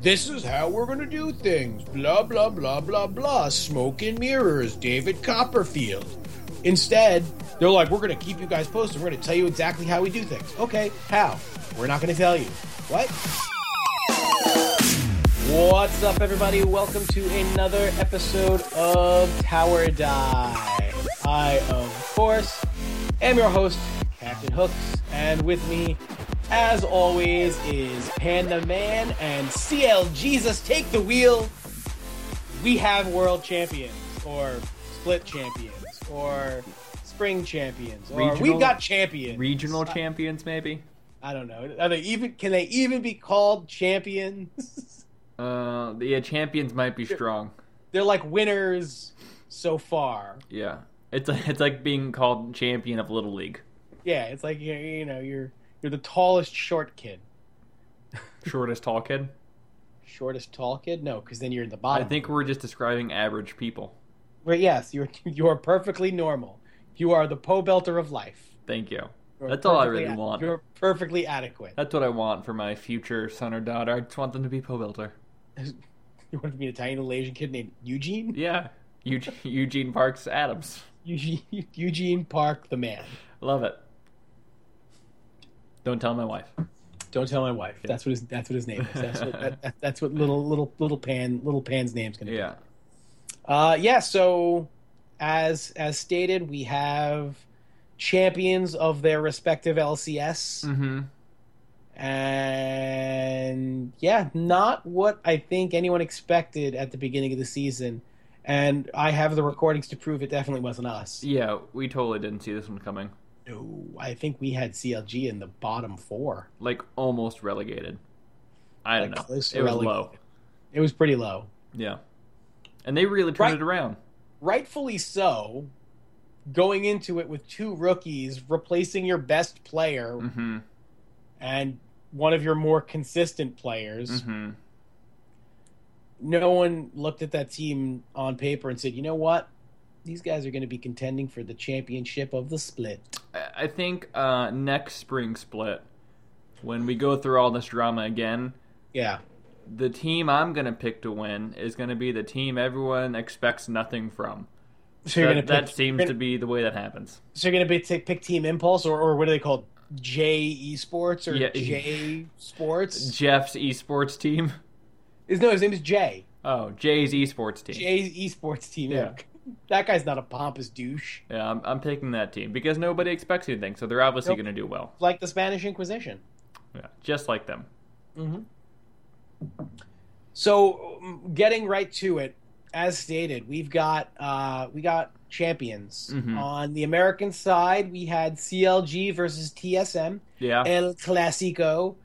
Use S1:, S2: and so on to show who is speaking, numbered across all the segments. S1: This is how we're going to do things. Blah, blah, blah, blah, blah. Smoke and mirrors, David Copperfield. Instead, they're like, we're going to keep you guys posted. We're going to tell you exactly how we do things. Okay, how? We're not going to tell you. What? What's up, everybody? Welcome to another episode of Tower Die. I, of course, am your host, Captain Hooks, and with me, as always, is Panda Man and CL Jesus. Take the wheel. We have world champions, or split champions, or spring champions, or we've
S2: Regional-
S1: got champions.
S2: regional champions maybe
S1: I don't know. Are they even? Can they even be called champions?
S2: uh yeah champions might be strong
S1: they're like winners so far.
S2: yeah it's it's like being called champion of little league
S1: Yeah, it's like you you know you're you're the tallest short kid,
S2: shortest tall kid
S1: shortest tall kid. No, because then you're in the
S2: i
S1: bottom.
S2: think we're just describing average people
S1: But yes, you're you are perfectly normal. You are the Poe Belter of life.
S2: thank you
S1: You're
S2: That's all I
S1: perfectly
S2: really want.
S1: You're perfectly adequate.
S2: that's what i want for my future son or daughter i just want them to be po-builder
S1: You want to be an tiny little Asian kid named Eugene?
S2: yeah eugene, eugene parks adams
S1: Eugene, Eugene Park, the man.
S2: love it don't tell my wife
S1: Don't tell my wife. That's what his that's what his name is. That's what that, that- that's what little little little pan little pan's name's gonna be.
S2: yeah
S1: Uh, yeah. So, as as stated, we have champions of their respective LCS,
S2: mm-hmm
S1: and yeah, not what I think anyone expected at the beginning of the season. And I have the recordings to prove it definitely wasn't us.
S2: yeah we totally didn't see this one coming
S1: No, I think we had CLG in the bottom four.
S2: like almost relegated i don't
S1: Like,
S2: know it
S1: close
S2: was
S1: to releg-
S2: low
S1: It was pretty low,
S2: Yeah. And they really turned
S1: Right.
S2: it around.
S1: rightfully so. Going into it with two rookies, replacing your best player
S2: Mm-hmm.
S1: and one of your more consistent players,
S2: Mm-hmm.
S1: no one looked at that team on paper and said, you know what? These guys are going to be contending for the championship of the split.
S2: I think uh, next spring split, when we go through all this drama again,
S1: Yeah.
S2: the team I'm going to pick to win is going to be the team everyone expects nothing from.
S1: So you're
S2: that,
S1: going to
S2: that
S1: pick,
S2: seems
S1: you're
S2: to be the way that happens.
S1: so you're going to be t- pick Team Impulse or, or what are they called? J Esports or
S2: Yeah.
S1: J Sports?
S2: Jeff's esports team.
S1: Is no, his name is Jay.
S2: Oh, Jay's esports team.
S1: Jay's Esports team.
S2: Yeah.
S1: That guy's not a pompous douche.
S2: Yeah, I'm, I'm picking that team because nobody expects anything, so they're obviously
S1: Nope.
S2: going to do well.
S1: Like the Spanish Inquisition.
S2: Yeah, just like them.
S1: So, um, getting right to it, as stated, we've got uh, we got champions
S2: Mhm.
S1: on the American side. We had CLG versus TSM
S2: Yeah.
S1: El Clasico.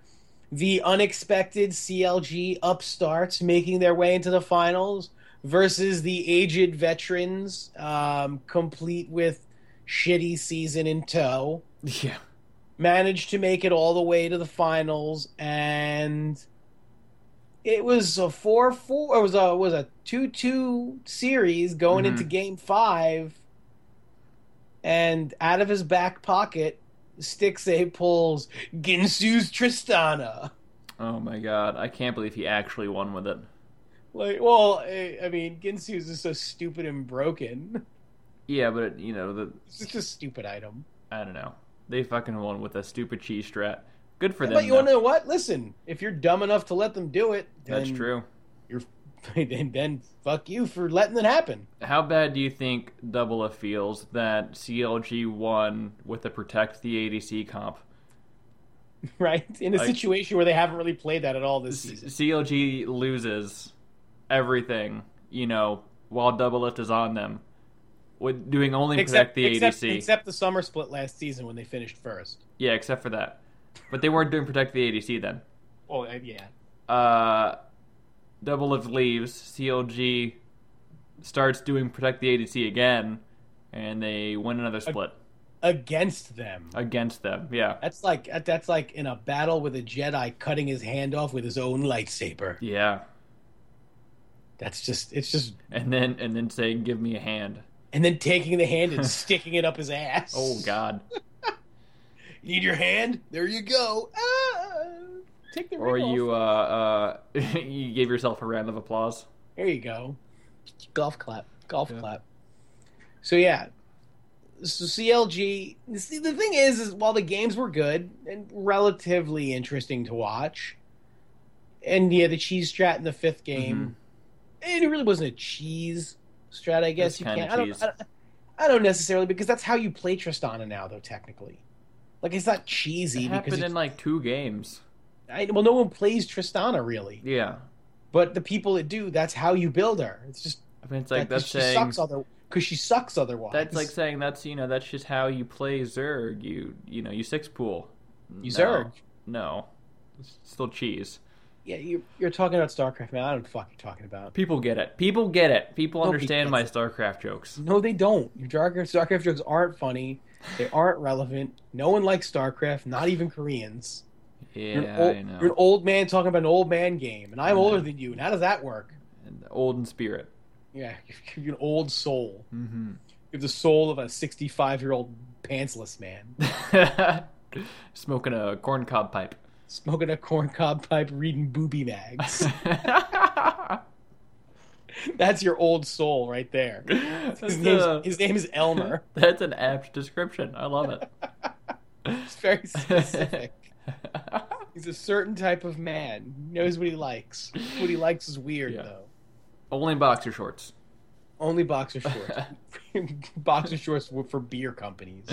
S1: The unexpected CLG upstarts making their way into the finals versus the aged veterans, um, complete with shitty season in tow
S2: yeah.
S1: managed to make it all the way to the finals and it was a 4-4 it was a it was a 2-2 series going
S2: Mhm.
S1: into game 5 and out of his back pocket Stixay pulls Ginsu's Tristana
S2: Oh my god, I can't believe he actually won with it.
S1: like well I, I mean Ginsu's is so stupid and broken
S2: Yeah, but it, you know the
S1: it's just a stupid item
S2: I don't know. They fucking won with a stupid cheese strat. Good for
S1: but
S2: them.
S1: you
S2: though.
S1: want to know what listen if you're dumb enough to let them do it
S2: That's
S1: then
S2: true.
S1: and then fuck you for letting it happen.
S2: How bad do you think Double F feels that CLG won with a protect the ADC comp?
S1: Right? In a
S2: Like-
S1: situation where they haven't really played that at all this
S2: C-
S1: season.
S2: CLG loses everything, you know, while Double Lift is on them, with doing only protect the
S1: except,
S2: ADC.
S1: except the summer split last season when they finished first.
S2: Yeah, except for that. But they weren't doing protect the ADC then.
S1: Oh uh, yeah.
S2: uh, Double Lift leaves. CLG starts doing Protect the ADC again, and they win another split
S1: Against them.
S2: against them. Yeah.
S1: That's like that's like in a battle with a Jedi cutting his hand off with his own lightsaber.
S2: Yeah.
S1: That's just it's just
S2: And then and then saying, "Give me a hand."
S1: and then taking the hand and sticking it up his ass.
S2: Oh God.
S1: Need your hand? There you go. Ah. Take the ring
S2: or
S1: off.
S2: you uh, uh, you gave yourself a round of applause.
S1: There you go. Golf clap. Golf
S2: Yeah.
S1: clap. So yeah. So CLG. See, the thing is, is while the games were good and relatively interesting to watch, and yeah, the cheese strat in the fifth game, it really wasn't a cheese strat. I guess
S2: Mm-hmm. was
S1: you
S2: kinda
S1: can't. I don't,
S2: cheese.
S1: I don't. I don't necessarily because that's how you play Tristana now, though technically. Like it's not cheesy
S2: It
S1: because
S2: happened in
S1: it's-
S2: like two games.
S1: I, well, no one plays Tristana really,
S2: Yeah,
S1: but the people that do, that's how you build her. It's just
S2: I mean it's like
S1: because
S2: that's
S1: she
S2: saying
S1: sucks other because she sucks otherwise.
S2: that's like saying that's you know that's just how you play Zerg. You you know you six pool.
S1: you
S2: No.
S1: Zerg.
S2: No, it's still cheese.
S1: Yeah, you're you're talking about StarCraft, man. I don't know what you're talking about.
S2: People get it. People get it. People
S1: Nobody
S2: understand my
S1: gets
S2: StarCraft jokes.
S1: No, they don't. Your StarCraft StarCraft jokes aren't funny. They aren't relevant. No one likes StarCraft, not even Koreans.
S2: Yeah,
S1: You're, an old,
S2: I know.
S1: you're an old man talking about an old man game, and I'm
S2: I know.
S1: older than you. And how does that work?
S2: And old in spirit.
S1: Yeah, you're an old soul.
S2: hmm
S1: You have the soul of a 65 year old pantsless man
S2: Smoking a corncob pipe.
S1: smoking a corncob pipe, reading booby mags. That's your old soul right there.
S2: that's,
S1: His, name's,
S2: a-
S1: his name is Elmer.
S2: that's an apt description. I love it.
S1: It's very specific. He's a certain type of man. He knows what he likes. What he likes is weird,
S2: Yeah.
S1: though.
S2: Only boxer shorts.
S1: Only boxer shorts. boxer shorts were for beer companies,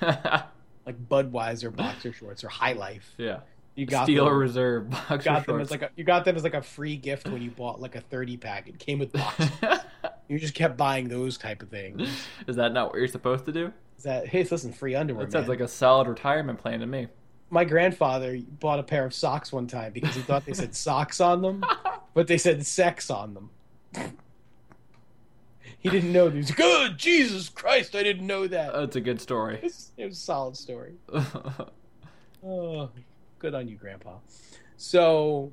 S2: yeah.
S1: like Budweiser boxer shorts or High Life. You got
S2: Steel
S1: them.
S2: Reserve boxer
S1: Got
S2: shorts.
S1: them as like a, you got them as like a free gift when you bought like a thirty pack. It came with box. You just kept buying those type of things.
S2: Is that not what you're supposed to do?
S1: Is that hey, it's listen, free underwear.
S2: That sounds
S1: man.
S2: like a solid retirement plan to me.
S1: my grandfather bought a pair of socks one time because he thought they said socks on them, but they said sex on them. he didn't know these. Good Jesus Christ, I didn't know that.
S2: That's a good
S1: It
S2: story.
S1: was, it was a solid story. Oh, good on you, Grandpa. So,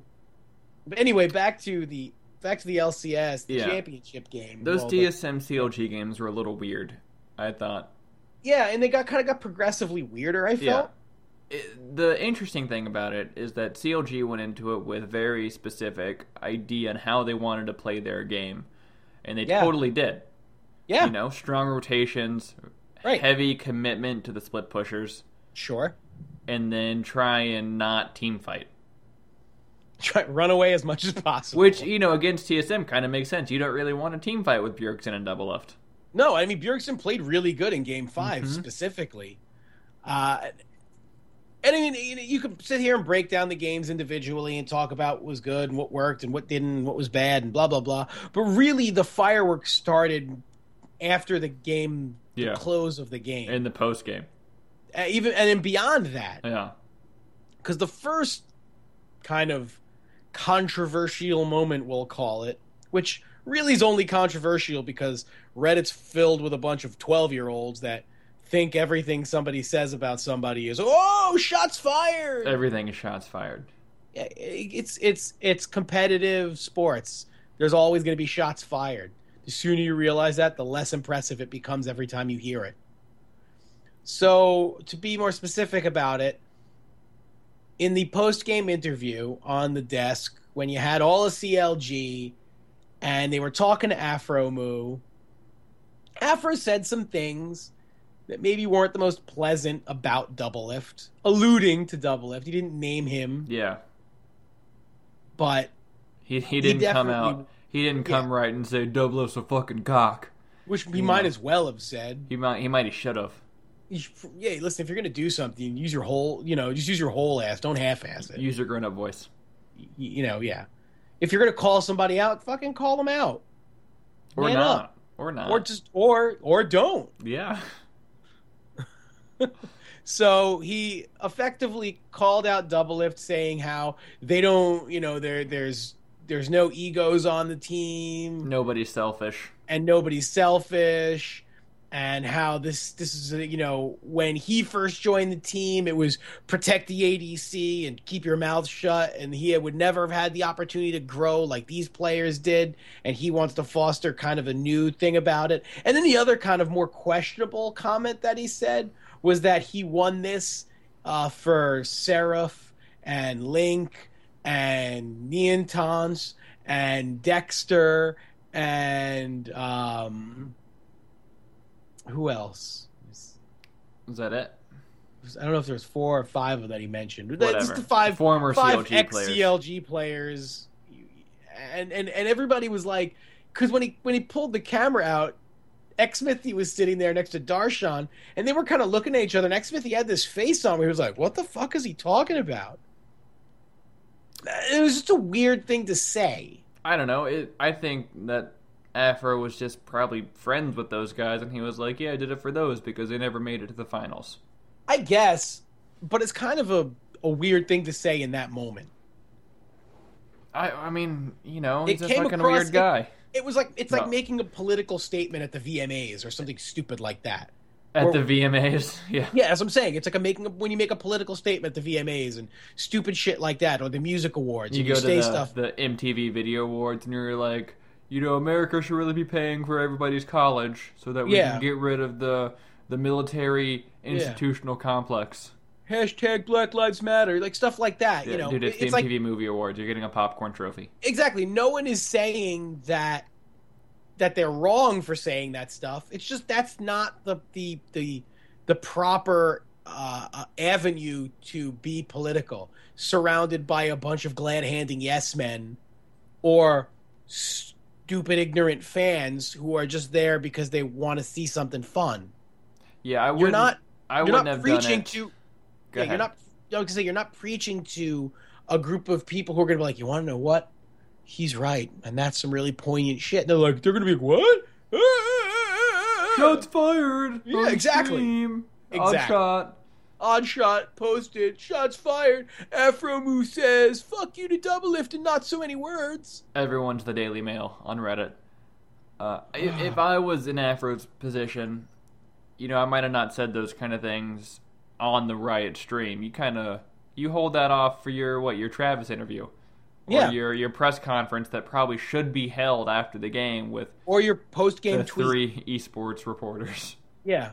S1: but anyway, back to the back to the LCS, the
S2: Yeah.
S1: championship game.
S2: Those
S1: Well, the-
S2: DSM CLG games were a little weird. I thought.
S1: yeah, and they got kind of got progressively weirder. I
S2: Yeah.
S1: felt.
S2: It- the interesting thing about it is that CLG went into it with very specific idea on how they wanted to play their game, and they
S1: Yeah.
S2: totally did.
S1: Yeah,
S2: You know, strong rotations,
S1: Right.
S2: heavy commitment to the split pushers,
S1: sure.
S2: and then try and not team fight.
S1: Try run away as much as possible.
S2: Which you know against TSM kind of makes sense. You don't really want a team fight with Bjergsen and Double Left.
S1: No, I mean Bjergsen played really good in Game 5
S2: Mhm.
S1: specifically, uh, and I mean you, know, you could sit here and break down the games individually and talk about what was good and what worked and what didn't, and what was bad and blah blah blah. But really, the fireworks started after the game,
S2: Yeah.
S1: the close of the game,
S2: in the post game.
S1: Uh, even and then beyond that,
S2: Yeah,
S1: because the first kind of controversial moment, we'll call it, which really is only controversial because Reddit's filled with a bunch of 12 year olds that think everything somebody says about somebody is, oh, shots fired.
S2: everything is shots fired.
S1: Yeah, it's, it's, it's competitive sports. There's always going to be shots fired. The sooner you realize that, the less impressive it becomes every time you hear it. So, to be more specific about it, in the post game interview on the desk, when you had all of CLG and they were talking to Afro Moo, Afro said some things that maybe weren't the most pleasant about Double Lift, alluding to Double Lift. He didn't name him,
S2: Yeah,
S1: but
S2: he he didn't come
S1: definitely-
S2: out. He didn't come right and say Double F's a fucking cock.
S1: which he
S2: Yeah.
S1: might as well have said.
S2: He might he might have should have.
S1: You should- yeah, listen, if you're going to do something, use your whole, you know, just use your whole ass. Don't half ass it.
S2: Use your grown up voice.
S1: Y- you know, yeah. If you're going to call somebody out, fucking call them out.
S2: Or
S1: Man
S2: not.
S1: up.
S2: Or not.
S1: or just or or don't.
S2: yeah.
S1: So he effectively called out Double Lift, saying how they don't, you know, there there's there's no egos on the team,
S2: Nobody's selfish.
S1: and nobody's selfish, and how this this is a, you know when he first joined the team, it was protect the ADC and keep your mouth shut, and he would never have had the opportunity to grow like these players did, and he wants to foster kind of a new thing about it. And then the other kind of more questionable comment that he said was that he won this uh, for Seraph and Link and Neontons and Dexter and um, who else?
S2: Is that it?
S1: I don't know if there's four or five that he mentioned. That's
S2: Whatever.
S1: the five
S2: former
S1: five
S2: CLG
S1: ex
S2: players.
S1: CLG players, and and and everybody was like, because when he when he pulled the camera out, X Smithy was sitting there next to Darshan, and they were kind of looking at each other. And X Smithy had this face on where he was like, "What the fuck is he talking about?" It was just a weird thing to say.
S2: I don't know. It, I think that Afro was just probably friends with those guys, and he was like, "Yeah, I did it for those because they never made it to the finals."
S1: I guess, but it's kind of a a weird thing to say in that moment.
S2: I, I mean, you know,
S1: It
S2: he's a
S1: came
S2: fucking
S1: across-
S2: weird guy.
S1: It was like it's
S2: No.
S1: like making a political statement at the VMAs or something stupid like that.
S2: At
S1: or-
S2: the VMAs, yeah.
S1: Yeah, as I'm saying, it's like a making a, when you make a political statement at the VMAs and stupid shit like that, or the music awards.
S2: You
S1: and
S2: go to
S1: say
S2: the,
S1: stuff.
S2: the MTV Video Awards, and you're like, you know, America should really be paying for everybody's college so that we
S1: Yeah.
S2: can get rid of the the military institutional complex.
S1: Hashtag Black Lives Matter, like stuff like that. you
S2: Yeah,
S1: know,
S2: dude, it's
S1: It-
S2: the
S1: it's like
S2: MTV Movie Awards. You're getting a popcorn trophy.
S1: exactly no one is saying that that they're wrong for saying that stuff. It's just that's not the the the the proper uh, uh, avenue to be political, surrounded by a bunch of glad handing yes men or stupid ignorant fans who are just there because they want to see something fun.
S2: Yeah, I
S1: You're
S2: wouldn't.
S1: not
S2: I
S1: you're
S2: wouldn't
S1: not
S2: have done
S1: preaching
S2: it.
S1: to yeah,
S2: Go ahead.
S1: you're not I was gonna say you're not preaching to a group of people who are gonna be like, You wanna know what? He's right, and that's some really poignant shit. And they're like, they're gonna be like, What? Ah, ah, ah, ah, ah."
S2: Shots fired.
S1: Yeah,
S2: on
S1: exactly.
S2: Stream. Odd
S1: Exactly.
S2: shot.
S1: Odd shot posted, shots fired, Afro Moo says, Fuck you to double lift and not so many words.
S2: Everyone's the Daily Mail on Reddit. Uh, i- if I was in Afro's position, you know, I might have not said those kind of things on the Riot stream. You kind of you hold that off for your what your Travis interview, or
S1: Yeah.
S2: your your press conference that probably should be held after the game with
S1: Or your post
S2: the
S1: game tweet.
S2: three esports reporters.
S1: Yeah.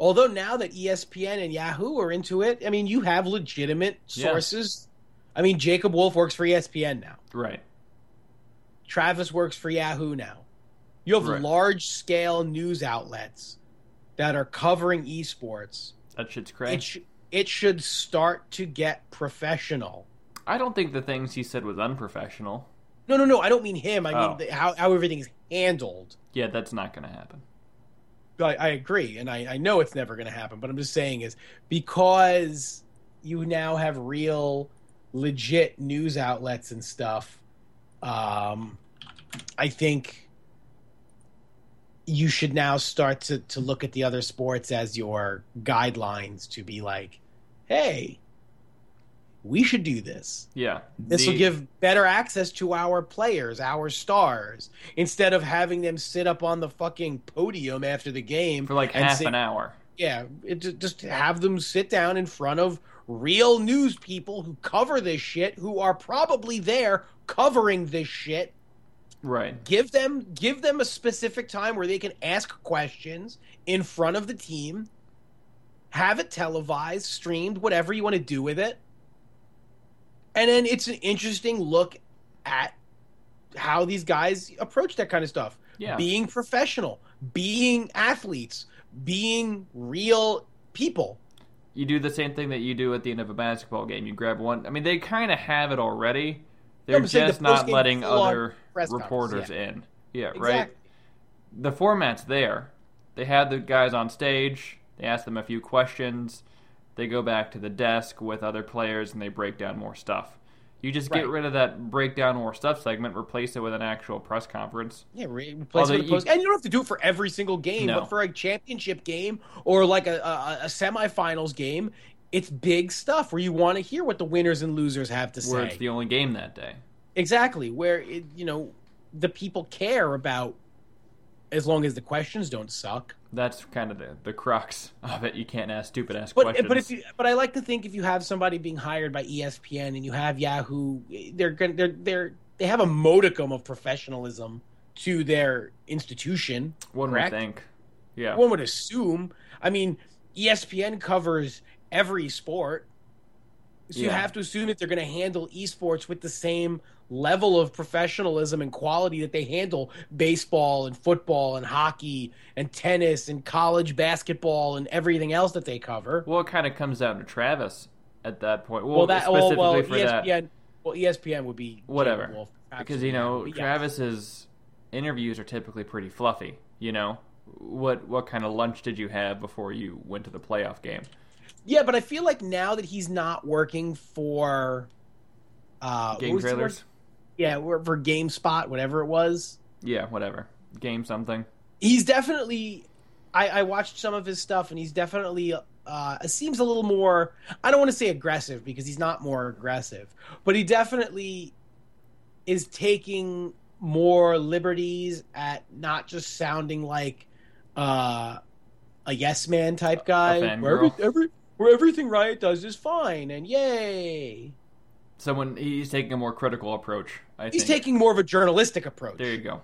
S1: Although now that E ESPN and Yahoo are into it, I mean you have legitimate
S2: Yeah.
S1: sources. I mean Jacob Wolf works for E ESPN now.
S2: Right.
S1: Travis works for Yahoo now. You have
S2: Right.
S1: large scale news outlets that are covering esports.
S2: That shit's crazy.
S1: It, sh- it should start to get professional.
S2: I don't think the things he said was unprofessional.
S1: No, no, no. I don't mean him. I
S2: Oh.
S1: mean the, how, how everything is handled.
S2: Yeah, that's not going to happen.
S1: I, I agree. And I, I know it's never going to happen. But I'm just saying is because you now have real, legit news outlets and stuff, um, I think you should now start to, to look at the other sports as your guidelines to be like, hey, we should do this.
S2: Yeah.
S1: This will
S2: The-
S1: give better access to our players, our stars, instead of having them sit up on the fucking podium after the game
S2: for like
S1: and
S2: half
S1: say-
S2: an hour.
S1: yeah, it, ju- just have them sit down in front of real news people who cover this shit, who are probably there covering this shit.
S2: Right.
S1: Give them give them a specific time where they can ask questions in front of the team. Have it televised, streamed, whatever you want to do with it. And then it's an interesting look at how these guys approach that kind of stuff
S2: Yeah.
S1: being professional, being athletes, being real people.
S2: you do the same thing that you do at the end of a basketball game. You grab one. I mean, they kind of have it already. They're
S1: I'm saying the
S2: just not
S1: post-game
S2: letting
S1: full-on
S2: other
S1: press conference,
S2: reporters
S1: yeah.
S2: in. Yeah, right.
S1: Exactly.
S2: The format's there. They have the guys on stage. They ask them a few questions. They go back to the desk with other players and they break down more stuff. You just get
S1: Right.
S2: rid of that break down more stuff segment, replace it with an actual press conference.
S1: Yeah, re- replace
S2: Although
S1: it with a
S2: you-
S1: post. And you don't have to do it for every single game,
S2: No.
S1: but for a championship game or like a, a, a semifinals game, it's big stuff where you want to hear what the winners and losers have to
S2: Where
S1: say.
S2: it's the only game that day.
S1: exactly. Where, it, you know, the people care about as long as the questions don't suck.
S2: That's kind of the, the crux of it. You can't ask stupid ass
S1: But
S2: questions.
S1: but if you but I like to think if you have somebody being hired by E ESPN and you have Yahoo, they're gonna they're they're they have a modicum of professionalism to their institution.
S2: one would
S1: correct?
S2: think. Yeah.
S1: One would E assume. I mean, ESPN covers every sport. So you
S2: Yeah.
S1: have to assume that they're going to handle esports with the same level of professionalism and quality that they handle baseball and football and hockey and tennis and college basketball and everything else that they cover.
S2: Well, it kind of comes down to Travis at that point. Well,
S1: Well, that well,
S2: specifically
S1: well, E
S2: for that.
S1: ESPN, well, E ESPN would be
S2: Whatever.
S1: capable of
S2: because you
S1: absolutely
S2: know
S1: that, but yeah.
S2: Travis's interviews are typically pretty fluffy. You know what what kind of lunch did you have before you went to the playoff game?
S1: Yeah, but I feel like now that he's not working for uh, what
S2: Game
S1: was the word?
S2: trailers,
S1: yeah, or for GameSpot, whatever it was,
S2: yeah, whatever. Game something.
S1: he's definitely. I, I watched some of his stuff, and he's definitely. Uh, it seems a little more. I don't want to say aggressive because he's not more aggressive, but he definitely is taking more liberties at not just sounding like uh, a yes man type guy.
S2: fangirl.
S1: where, every, every, where everything Riot does is fine and yay.
S2: Someone he's taking a more critical approach. I
S1: He's
S2: think.
S1: taking more of a journalistic approach.
S2: There you go.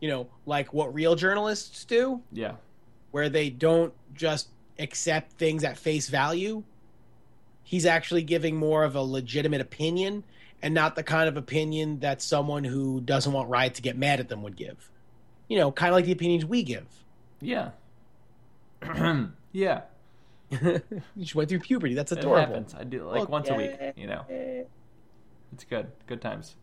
S1: you know, like what real journalists do,
S2: Yeah,
S1: where they don't just accept things at face value. He's actually giving more of a legitimate opinion and not the kind of opinion that someone who doesn't want Riot to get mad at them would give. You know, kind of like the opinions we give.
S2: yeah, yeah.
S1: you just went through puberty. That's
S2: It
S1: adorable.
S2: happens. I do like once a week. You know,
S1: Eh.
S2: it's good. Good times.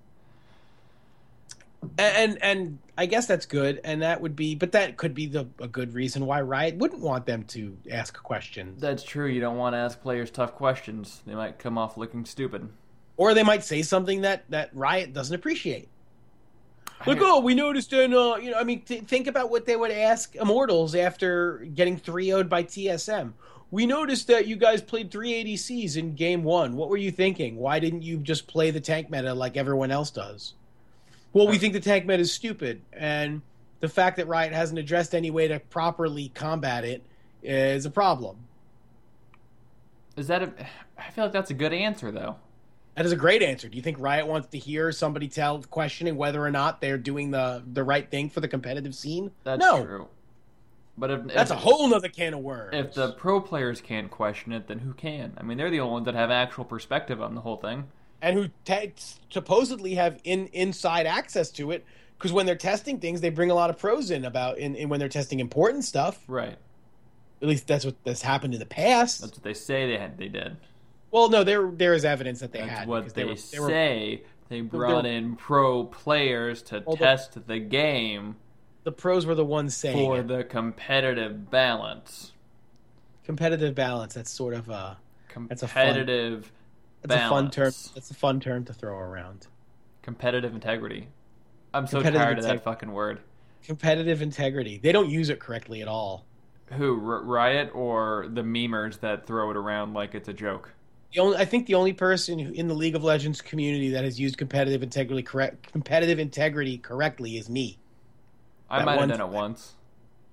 S1: And, and and I guess that's good. And that would be, but that could be the a good reason why Riot wouldn't want them to ask questions.
S2: That's true. You don't want to ask players tough questions. They might come off looking stupid.
S1: or they might say something that that Riot doesn't appreciate. Like, oh, we noticed in, uh, you know, I mean, th- think about what they would ask Immortals after getting 3 0'd by TSM. We noticed that you guys played three ADCs in game one. What were you thinking? Why didn't you just play the tank meta like everyone else does? Well, we think the tank meta is stupid, and the fact that Riot hasn't addressed any way to properly combat it is a problem.
S2: Is that a? I feel like that's a good answer though.
S1: That is a great answer. Do you think Riot wants to hear somebody tell questioning whether or not they're doing the the right thing for the competitive scene?
S2: That's
S1: no,
S2: true. But if,
S1: that's a
S2: if,
S1: whole nother can of worms.
S2: If the pro players can't question it, then who can? I mean, they're the only ones that have actual perspective on the whole thing.
S1: and who te- supposedly have in inside access to it because when they're testing things, they bring a lot of pros in about in, in when they're testing important stuff.
S2: Right.
S1: At least that's what that's happened in the past.
S2: That's what they say they had. They did.
S1: well, no, there there is evidence that they
S2: That's
S1: had
S2: what
S1: because
S2: they,
S1: were- were-
S2: say. They brought
S1: were-
S2: in pro players to
S1: Well, the-
S2: test the game
S1: the pros were the ones saying
S2: for
S1: it.
S2: the competitive balance.
S1: competitive balance. That's sort of a a fun-
S2: Competitive
S1: that's a fun term.
S2: Balance.
S1: That's a fun term to throw around.
S2: competitive integrity. I'm so
S1: Competitive
S2: tired of that
S1: integrity.
S2: fucking word.
S1: competitive integrity. They don't use it correctly at all.
S2: Who R- Riot or the memers that throw it around like it's a joke?
S1: The only, I think the only person who, in the League of Legends community that has used competitive integrity correct competitive integrity correctly is me.
S2: I
S1: That
S2: might have
S1: one-
S2: done it once.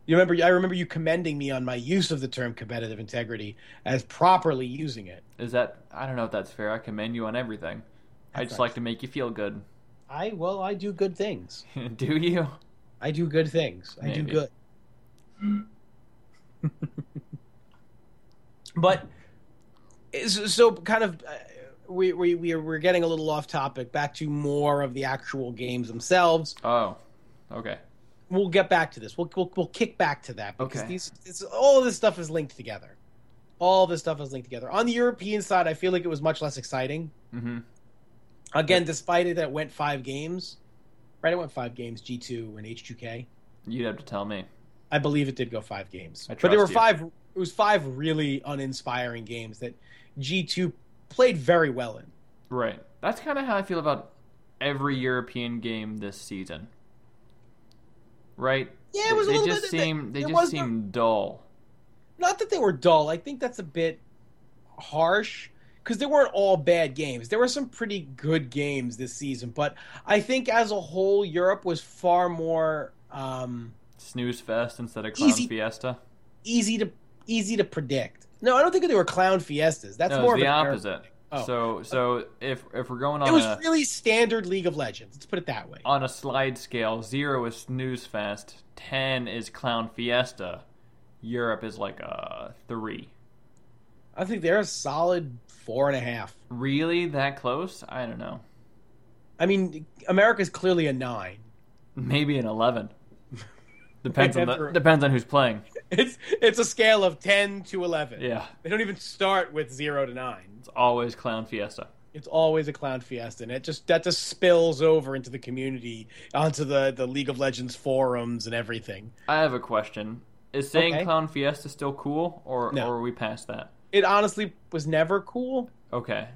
S1: You remember? I remember you commending me on my use of the term competitive integrity as properly using it.
S2: Is that I don't know if that's fair. I commend you on everything. I
S1: That's
S2: just
S1: right.
S2: like to make you feel good.
S1: I well, I do good things.
S2: Do you?
S1: I do good things. I do
S2: Maybe.
S1: good. but is- so kind of uh, we we we are, we're getting a little off topic. Back to more of the actual games themselves.
S2: Oh, okay.
S1: We'll get back to this. We'll we'll, we'll kick back to that because
S2: Okay.
S1: these this, all this stuff is linked together. All this stuff is linked together. On the European side, I feel like it was much less exciting.
S2: Mm-hmm.
S1: Again, despite it, that it went five games. Right, it went five games. G two and H two K.
S2: You'd have to tell me.
S1: I believe it did go five games,
S2: I
S1: but there were
S2: trust you.
S1: five. It was five really uninspiring games that G two played very well in.
S2: Right. That's kind of how I feel about every European game this season. Right?
S1: Yeah, it was a
S2: they
S1: little
S2: just
S1: bit.
S2: seem they
S1: it
S2: just
S1: was
S2: seem dull.
S1: not that they were dull. I think that's a bit harsh because they weren't all bad games. There were some pretty good games this season, but I think as a whole, Europe was far more um,
S2: Snooze fest instead of clown
S1: Easy.
S2: fiesta.
S1: easy to easy to predict. No, I don't think they were clown fiestas. That's
S2: no,
S1: more
S2: it's
S1: of
S2: the
S1: an Arab-
S2: opposite.
S1: Oh.
S2: So so if if we're going on
S1: It was
S2: a
S1: really standard League of Legends. Let's put it that way.
S2: on a slide scale, zero is snooze fest, ten is clown fiesta. Europe is like a three.
S1: I think they're a solid four and a half.
S2: Really that close? I don't know.
S1: I mean, America's clearly a nine.
S2: Maybe an eleven. Depends on the,
S1: Ever.
S2: depends on who's playing.
S1: It's it's a scale of ten to eleven.
S2: Yeah,
S1: They don't even start with zero to nine.
S2: it's always clown fiesta.
S1: It's always a clown fiesta, and it just that just spills over into the community, onto the the League of Legends forums and everything.
S2: I have a question. Is saying
S1: Okay.
S2: clown fiesta still cool, or
S1: No.
S2: or are we past that?
S1: It honestly was never cool.
S2: Okay.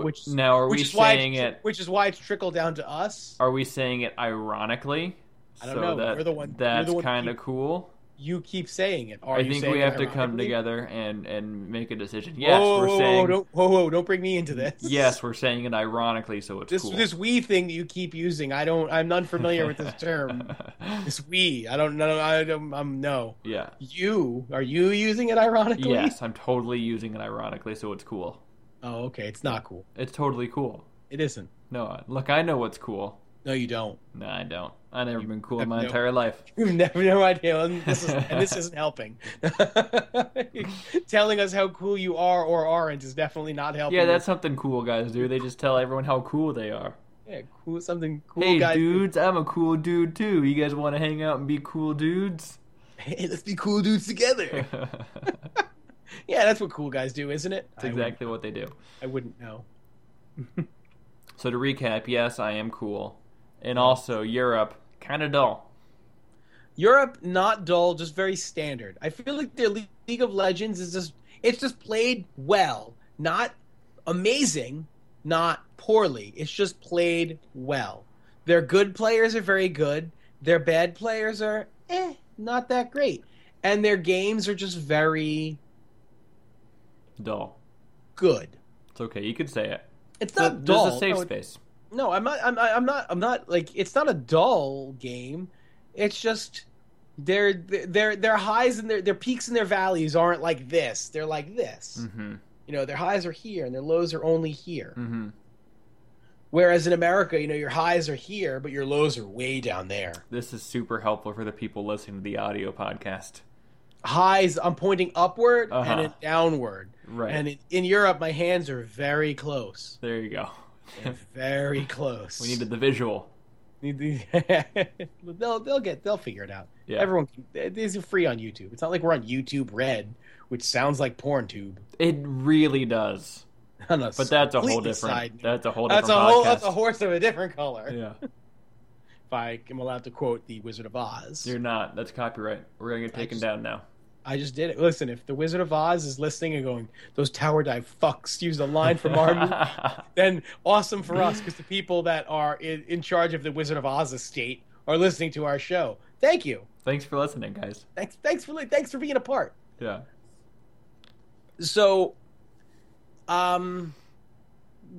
S1: Uh, which-
S2: now are we
S1: which is why
S2: saying
S1: it's-
S2: it?
S1: Which is why it's trickled down to us.
S2: Are we saying it ironically?
S1: I don't
S2: so
S1: know.
S2: That,
S1: You're the one- you're
S2: That's
S1: the one
S2: kind of
S1: keep-
S2: cool.
S1: You keep saying it. Are
S2: I
S1: you
S2: think
S1: saying
S2: we
S1: it
S2: have to come
S1: ironically?
S2: together and and make a decision. Yes,
S1: whoa,
S2: we're
S1: whoa,
S2: saying.
S1: whoa, don't, whoa, whoa, don't bring me into this.
S2: Yes, we're saying it ironically, so it's
S1: This
S2: cool.
S1: this we thing that you keep using, I don't. I'm unfamiliar with this term. This we. I don't know. I don't. I'm no.
S2: yeah.
S1: You are you using it ironically?
S2: Yes, I'm totally using it ironically, so it's cool.
S1: Oh, okay. It's not cool.
S2: It's totally cool.
S1: It isn't.
S2: No, I- look, I know what's cool.
S1: No, you don't.
S2: No, I don't. i never been cool
S1: have
S2: in my
S1: no-
S2: entire life.
S1: You've never no idea. And this, is, and this isn't helping. Telling us how cool you are or aren't is definitely not helping.
S2: Yeah, that's something cool guys do. They just tell everyone how cool they are.
S1: yeah, cool. Something cool,
S2: hey,
S1: guys.
S2: dudes, I'm a cool dude too. You guys want to hang out and be cool dudes?
S1: Hey, let's be cool dudes together.
S2: That's
S1: yeah, that's what cool guys do, isn't it? I wouldn't-
S2: exactly what they do.
S1: I wouldn't know.
S2: So to recap, yes, I am cool, and also Europe kind of dull.
S1: Europe, not dull, just very standard. I feel like their Le- League of Legends is just it's just played well, not amazing, not poorly. It's just played well. Their good players are very good. Their bad players are eh, not that great. And their games are just very
S2: Dull.
S1: good.
S2: It's okay. You could say it.
S1: It's
S2: Th-
S1: not dull.
S2: There's a safe
S1: no, it-
S2: space.
S1: No, I'm not. I'm, I'm not. I'm not like it's not a dull game. It's just their their their highs and their their peaks and their valleys aren't like this. They're like this.
S2: Mm-hmm.
S1: You know, their highs are here and their lows are only here.
S2: Mm-hmm.
S1: Whereas in America, you know, your highs are here, but your lows are way down there.
S2: This is super helpful for the people listening to the audio podcast.
S1: Highs, I'm pointing upward
S2: Uh-huh.
S1: and then downward.
S2: Right.
S1: And in, in Europe, my hands are very close.
S2: there you go.
S1: They're very close.
S2: we needed the visual.
S1: Need the- they'll they'll get they'll figure it out.
S2: Yeah.
S1: Everyone, can- these are free on YouTube. It's not like we're on YouTube Red, which sounds like PornTube.
S2: It really does.
S1: On a
S2: But that's a whole
S1: completely side
S2: different.
S1: note.
S2: That's a whole different
S1: that's a whole
S2: podcast.
S1: that's a horse of a different color.
S2: Yeah,
S1: If I am allowed to quote the Wizard of Oz,
S2: you're not. That's copyright. We're gonna get
S1: I
S2: taken
S1: just-
S2: down now.
S1: I just did it. Listen, if the Wizard of Oz is listening and going, "Those tower dive fucks used a line from our movie," then awesome for us because the people that are in, in charge of the Wizard of Oz estate are listening to our show. Thank you.
S2: Thanks for listening, guys.
S1: Thanks. Thanks for li- thanks for being a part.
S2: Yeah.
S1: so um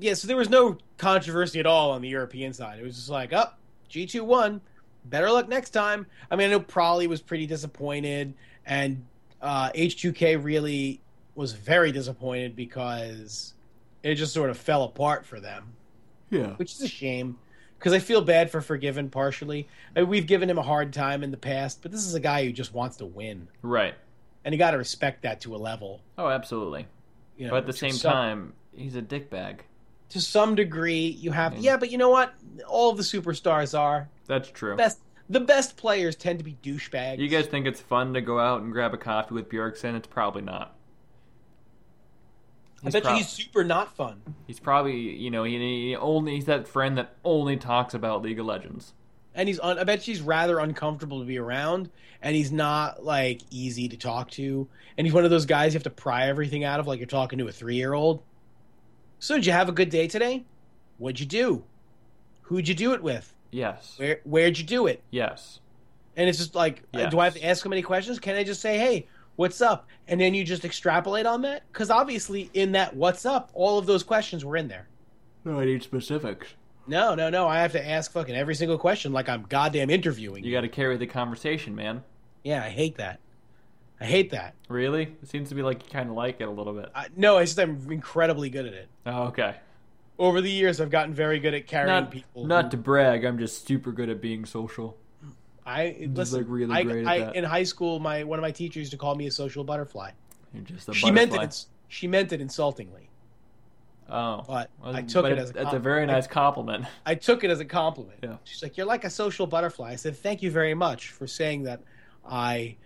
S1: yeah so there was no controversy at all on the european side it was just like up oh, g2 won better luck next time i mean i know probably was pretty disappointed and uh h2k really was very disappointed because it just sort of fell apart for them
S2: Yeah.
S1: which is a shame because i feel bad for forgiven partially I mean, we've given him a hard time in the past but this is a guy who just wants to win
S2: Right.
S1: and you got to respect that to a level
S2: Oh, absolutely.
S1: you know,
S2: But at the
S1: to
S2: same
S1: some-
S2: time, he's a dickbag.
S1: to some degree you have
S2: Yeah.
S1: yeah but you know what all of the superstars are
S2: That's true.
S1: best the best players tend to be douchebags
S2: Oh. You guys think it's fun to go out and grab a coffee with Bjorkson? It's probably not.
S1: i bet
S2: prob-
S1: you he's super not fun
S2: he's probably you know he, he only he's that friend that only talks about League of Legends.
S1: and he's un- i bet she's rather uncomfortable to be around and he's not like easy to talk to and he's one of those guys you have to pry everything out of like you're talking to a three-year-old so did you have a good day today what'd you do who'd you do it with
S2: Yes.
S1: where where'd you do it
S2: Yes.
S1: And it's just like, uh,
S2: Yes.
S1: do I have to ask him any questions? Can I just say, hey, what's up? And then you just extrapolate on that? Because obviously, in that what's up, all of those questions were in there.
S2: No, I need specifics.
S1: No, no, no. I have to ask fucking every single question like I'm goddamn interviewing.
S2: You got to carry the conversation, man.
S1: yeah, I hate that. I hate that.
S2: Really? It seems to be like you kind of like it a little bit.
S1: I, no, it's just I'm incredibly good at it.
S2: Oh, okay.
S1: Over the years, I've gotten very good at carrying
S2: Not,
S1: people.
S2: not to brag, I'm just super good at being social.
S1: I
S2: just,
S1: listen.
S2: like, really
S1: I,
S2: great at
S1: I,
S2: that.
S1: in high school, my one of my teachers used to call me a social butterfly.
S2: You're just a
S1: She meant it.
S2: butterfly.
S1: in s- She meant it insultingly,
S2: Oh.
S1: but
S2: Well,
S1: I took
S2: but
S1: it as a
S2: That's a
S1: com-
S2: very nice compliment.
S1: I took it as a compliment.
S2: Yeah.
S1: She's like, "You're like a social butterfly." I said, "Thank you very much for saying that. I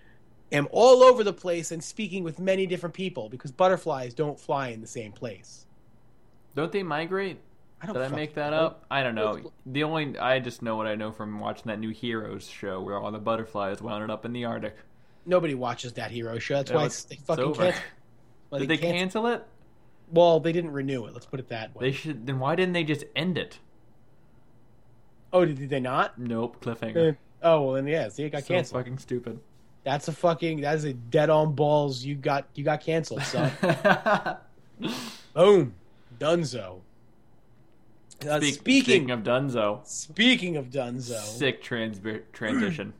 S1: am all over the place and speaking with many different people because butterflies don't fly in the same place."
S2: Don't they migrate?
S1: I don't.
S2: Did I
S1: fucking
S2: make that
S1: know.
S2: up? I don't
S1: It's-
S2: know. The only I just know what I know from watching that new Heroes show where all the butterflies wound up in the Arctic.
S1: Nobody watches that hero show. That's
S2: Now
S1: why
S2: it's-
S1: they
S2: it's
S1: fucking
S2: over.
S1: can't. well,
S2: Did they
S1: can't-
S2: cancel it?
S1: Well, they didn't renew it. Let's put it that way.
S2: They should. Then why didn't they just end it?
S1: oh, did, did they not?
S2: Nope,
S1: Eh.
S2: cliffhanger.
S1: Oh well, then yeah. See, it got
S2: so
S1: canceled.
S2: fucking stupid.
S1: That's a fucking. That is a dead on balls. You got you got canceled. So boom, Dunzo. Uh,
S2: Speak-
S1: speaking
S2: of Dunzo,
S1: Speaking of Dunzo,
S2: sick transbi transition.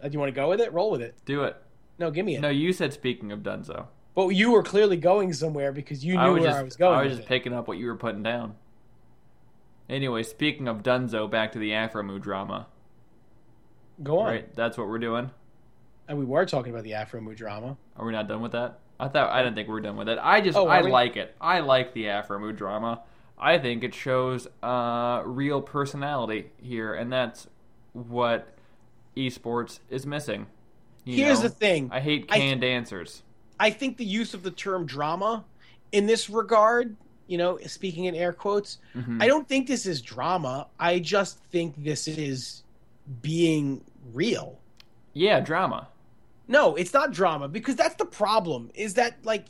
S1: Uh, do you want to go with it? Roll with it.
S2: Do it.
S1: No, give me it.
S2: No, you said speaking of Dunzo.
S1: But you were clearly going somewhere because you knew
S2: I
S1: where
S2: was just
S1: I was going. with
S2: just
S1: it.
S2: picking up what you were putting down. Anyway, speaking of Dunzo, back to the Afromu drama.
S1: Go on.
S2: Right, that's what we're doing.
S1: And we were talking about the Afro Mu drama.
S2: Are we not done with that? I thought I didn't think we were done with it. I just
S1: Oh, are
S2: I
S1: we?
S2: like it. I like the Afromu drama. I think it shows uh, real personality here, and that's what esports is missing. You
S1: Here's
S2: know?
S1: the thing.
S2: I hate
S1: I th-
S2: canned answers.
S1: I think the use of the term drama in this regard, you know, speaking in air quotes,
S2: Mhm.
S1: I don't think this is drama. I just think this is being real.
S2: yeah, drama.
S1: No, it's not drama because that's the problem. Is that like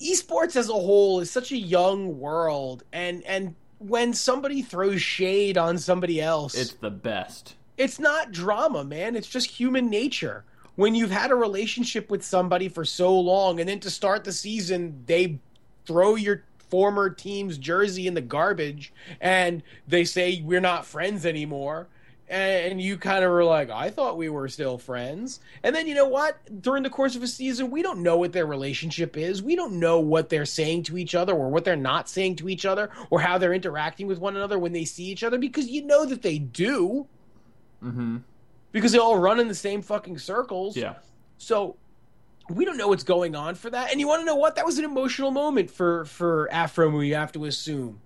S1: esports as a whole is such a young world, and and when somebody throws shade on somebody else,
S2: It's
S1: it's,
S2: the best.
S1: not drama, man. It's just human nature. When you've had a relationship with somebody for so long, and then to start the season, they throw your former team's jersey in the garbage, and they say we're not friends anymore and you kind of were like, I thought we were still friends. And then you know what? During the course of a season, we don't know what their relationship is. We don't know what they're saying to each other or what they're not saying to each other or how they're interacting with one another when they see each other because you know that they do
S2: hmm
S1: because they all run in the same fucking circles.
S2: Yeah.
S1: So we don't know what's going on for that. And you want to know what? That was an emotional moment for for Afro Mu, you have to assume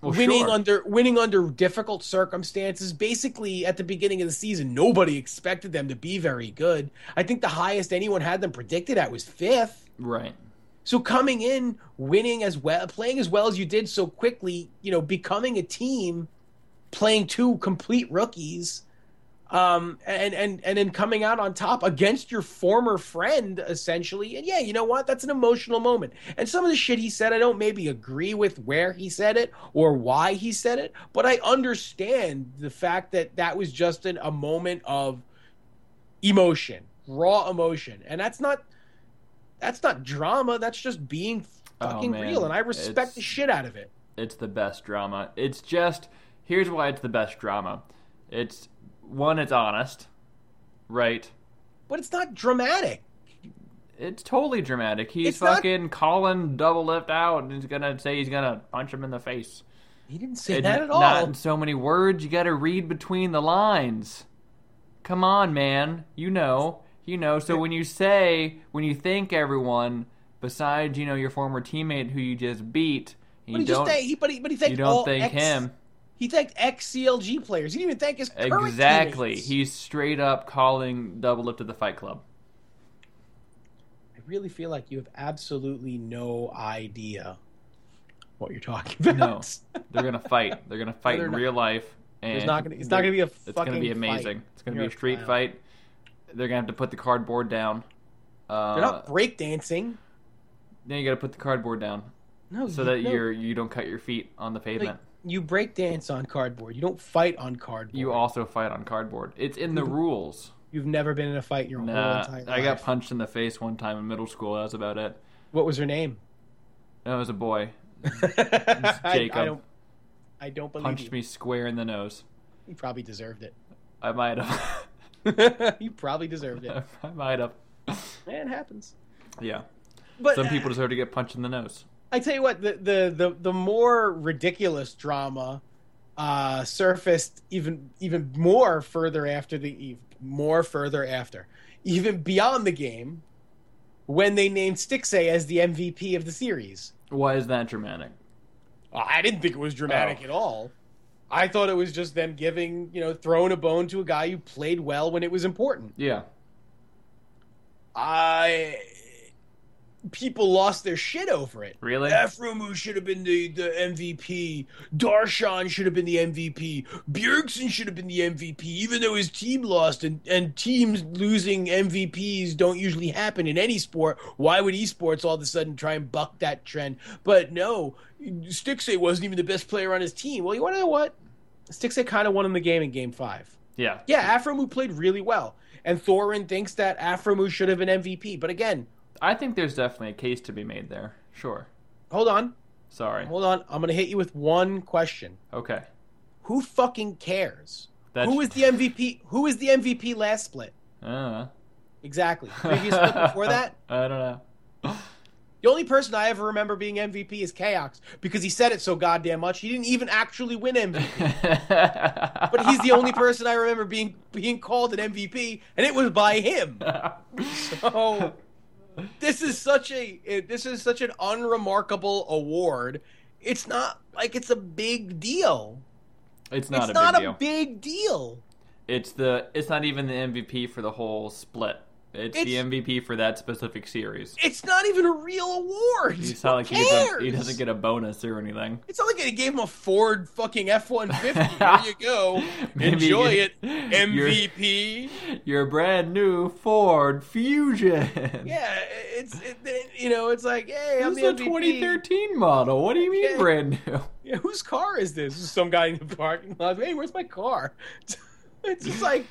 S2: Well,
S1: winning
S2: sure.
S1: under winning under difficult circumstances. Basically, at the beginning of the season, nobody expected them to be very good. I think the highest anyone had them predicted at was fifth.
S2: right.
S1: So coming in, winning as well, playing as well as you did so quickly, you know, becoming a team, playing two complete rookies, um, and and and then coming out on top against your former friend essentially. And yeah, you know what? That's an emotional moment. And some of the shit he said, I don't maybe agree with where he said it or why he said it, but I understand the fact that that was just an, a moment of emotion, raw emotion, and that's not that's not drama. That's just being
S2: Oh,
S1: fucking
S2: man.
S1: real, and I respect
S2: It's-
S1: the shit out of it.
S2: it's the best drama. It's just here's why it's the best drama. It's one, it's honest, right?
S1: But it's not dramatic.
S2: It's totally dramatic. He's
S1: It's not-
S2: fucking calling double lift out, and he's gonna say he's gonna punch him in the face.
S1: He didn't say
S2: And
S1: that at all.
S2: Not in so many words. You gotta read between the lines. Come on, man. You know, you know. So when you say, when you think everyone besides you know your former teammate who you just beat, you
S1: but he
S2: don't
S1: just thanked, he, but he, but he
S2: you
S1: thanked all
S2: don't thank
S1: ex-
S2: him.
S1: He thanked ex CLG players. He didn't even thank his current
S2: Exactly.
S1: teammates.
S2: He's straight up calling Double Lift to the Fight Club.
S1: I really feel like you have absolutely no idea what you're talking about.
S2: No. They're gonna fight. They're gonna fight
S1: they're
S2: in
S1: not-
S2: real life. And
S1: There's not gonna, it's not going to be a
S2: It's
S1: fucking
S2: gonna be amazing.
S1: fight.
S2: It's gonna
S1: You're
S2: be a street
S1: clown.
S2: fight. They're gonna have to put the cardboard down. Uh,
S1: They're not breakdancing.
S2: Then you gotta put the cardboard down
S1: No,
S2: so that
S1: no,
S2: you're you don't cut your feet on the
S1: Oh, like,
S2: pavement.
S1: you breakdance on cardboard. You don't fight on cardboard.
S2: you also fight on cardboard. It's in the rules.
S1: You've never been in a fight in your whole
S2: Nah,
S1: entire life.
S2: I got punched in the face one time in middle school. That was about it.
S1: What was her name?
S2: That was a boy.
S1: I-
S2: Jacob.
S1: I, don't. I don't believe
S2: Punched
S1: you.
S2: me square in the nose.
S1: You probably deserved
S2: I might have.
S1: it. you probably deserved it.
S2: I might have.
S1: Yeah, it happens.
S2: Yeah.
S1: But
S2: Some people deserve to get punched in the nose.
S1: I tell you what, the the the, the more ridiculous drama uh, surfaced even even more e, further after the eve more further after even beyond the game when they named Stixay as the MVP of the series.
S2: Why is that dramatic?
S1: Oh, I didn't think it was dramatic
S2: Oh.
S1: at all. I thought it was just them giving, you know, throwing a bone to a guy who played well when it was important.
S2: Yeah.
S1: I people lost their shit over it.
S2: Really?
S1: Afromu should have been the, the MVP. Darshan should have been the MVP. Bjergsen should have been the MVP, even though his team lost. And, and teams losing MVPs don't usually happen in any sport. Why would esports all of a sudden try and buck that trend? But no, Stixay wasn't even the best player on his team. Well, you want to know what? Stixay kind of won him the game in game five.
S2: Yeah.
S1: Yeah, Afromu played really well. And Thorin thinks that Afromu should have been MVP. But again,
S2: I think there's definitely a case to be made there. Sure.
S1: hold on.
S2: Sorry.
S1: Hold on. I'm going to hit you with one question.
S2: Okay.
S1: Who fucking cares?
S2: That's
S1: Who was the MVP? Who was the MVP last split?
S2: Uh,
S1: Exactly. Previous split before that,
S2: I don't know.
S1: the only person I ever remember being MVP is Chaos because he said it so goddamn much. He didn't even actually win MVP, but he's the only person I remember being being called an MVP, and it was by him. So this is such a it- this is such an unremarkable award. It's not like it's a big deal.
S2: it's
S1: it's
S2: not a
S1: not
S2: big
S1: a
S2: deal.
S1: big deal.
S2: it's the. It's not even the MVP for the whole split. It's, the
S1: It's-
S2: MVP for that specific series.
S1: It's not even a real award.
S2: He's
S1: Who
S2: not like he,
S1: cares?
S2: doesn't, he doesn't get a bonus or anything.
S1: It's not like they gave him a Ford fucking F one fifty. Here you go.
S2: Maybe
S1: Enjoy
S2: you-
S1: it.
S2: you're-
S1: MVP.
S2: Your brand new Ford Fusion.
S1: Yeah, it's it, you know it's like hey, I'm
S2: This
S1: the
S2: is a
S1: MVP.
S2: 2013 model. What do you mean
S1: Yeah.
S2: brand new?
S1: Yeah, whose car is this? Some guy in the parking lot. Hey, where's my car? It's just like,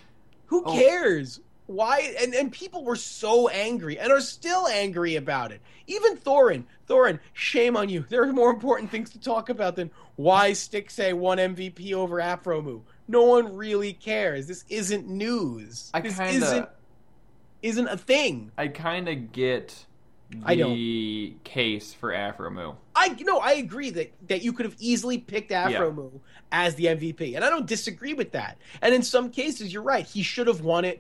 S1: who
S2: Oh.
S1: cares? Why? And and people were so angry and are still angry about it. Even Thorin, Thorin, shame on you. There are more important things to talk about than why Stixay won MVP over Afromu. No one really cares. This isn't news.
S2: I
S1: this
S2: kinda-
S1: isn't isn't a thing.
S2: I kind of get
S1: I don't.
S2: the case for Afromu.
S1: I no, I agree that that you could have easily picked Afro Mu as the MVP, and I don't disagree with that. And in some cases, you're right; he should have won it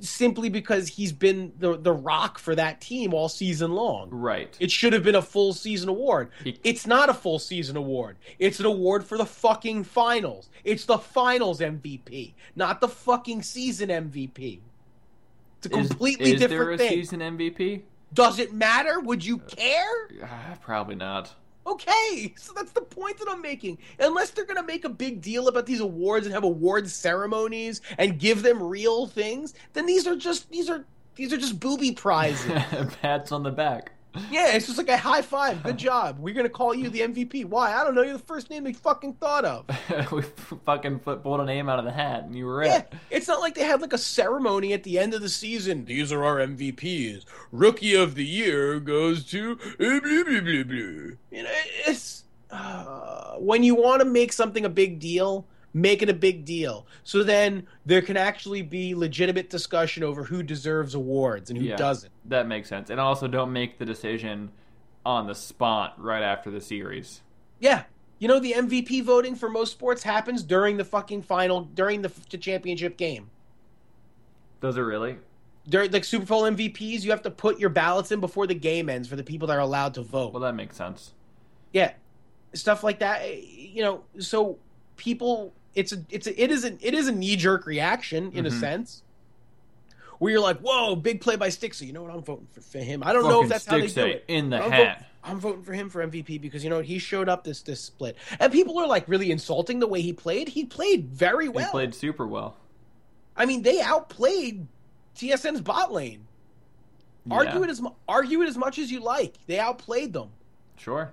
S1: simply because he's been the the rock for that team all season long.
S2: Right.
S1: It should have been a full season award.
S2: He-
S1: It's not a full season award. It's an award for the fucking finals. It's the finals MVP, not the fucking season MVP. It's a
S2: Is-
S1: completely
S2: is
S1: different
S2: there a
S1: thing.
S2: season MVP?
S1: Does it matter? Would you care?
S2: Ah, probably not.
S1: Okay, so that's the point that I'm making. Unless they're going to make a big deal about these awards and have award ceremonies and give them real things, then these are just these are these are just booby prizes.
S2: Pats on the back.
S1: yeah, it's just like a high five. Good job. We're going to call you the MVP. Why? I don't know. You're the first name they fucking thought of.
S2: we fucking put, pulled a name out of the hat and you were
S1: Yeah,
S2: it.
S1: it's not like they had like a ceremony at the end of the season. These are our MVPs. Rookie of the year goes to blah, blah, blah, blah, blah. You know, it's uh, when you want to make something a big deal, make it a big deal. So then there can actually be legitimate discussion over who deserves awards and who
S2: Yeah.
S1: doesn't.
S2: That makes sense. And also, don't make the decision on the spot right after the series.
S1: Yeah. You know the MVP voting for most sports happens during the fucking final during the, the championship game.
S2: Does it really?
S1: during like Super Bowl MVPs, you have to put your ballots in before the game ends for the people that are allowed to vote.
S2: Well, that makes sense.
S1: yeah, stuff like that. eh, You know, so people, it's a, it's a, it is an, it is a knee jerk reaction in a
S2: Mhm.
S1: sense, where you're like, "Whoa, big play by Stixy." You know what? I'm voting for, for him. I don't know
S2: Fucking
S1: if that's how they
S2: Stixay
S1: do it.
S2: in the
S1: But I'm
S2: hat.
S1: voting- I'm voting for him for MVP because you know what? He showed up this this split, and people are like really insulting the way he played. He played very well.
S2: He played super well.
S1: I mean, they outplayed TSN's bot lane. Argue
S2: Yeah,
S1: it as mu- argue it as much as you like. They outplayed them.
S2: Sure.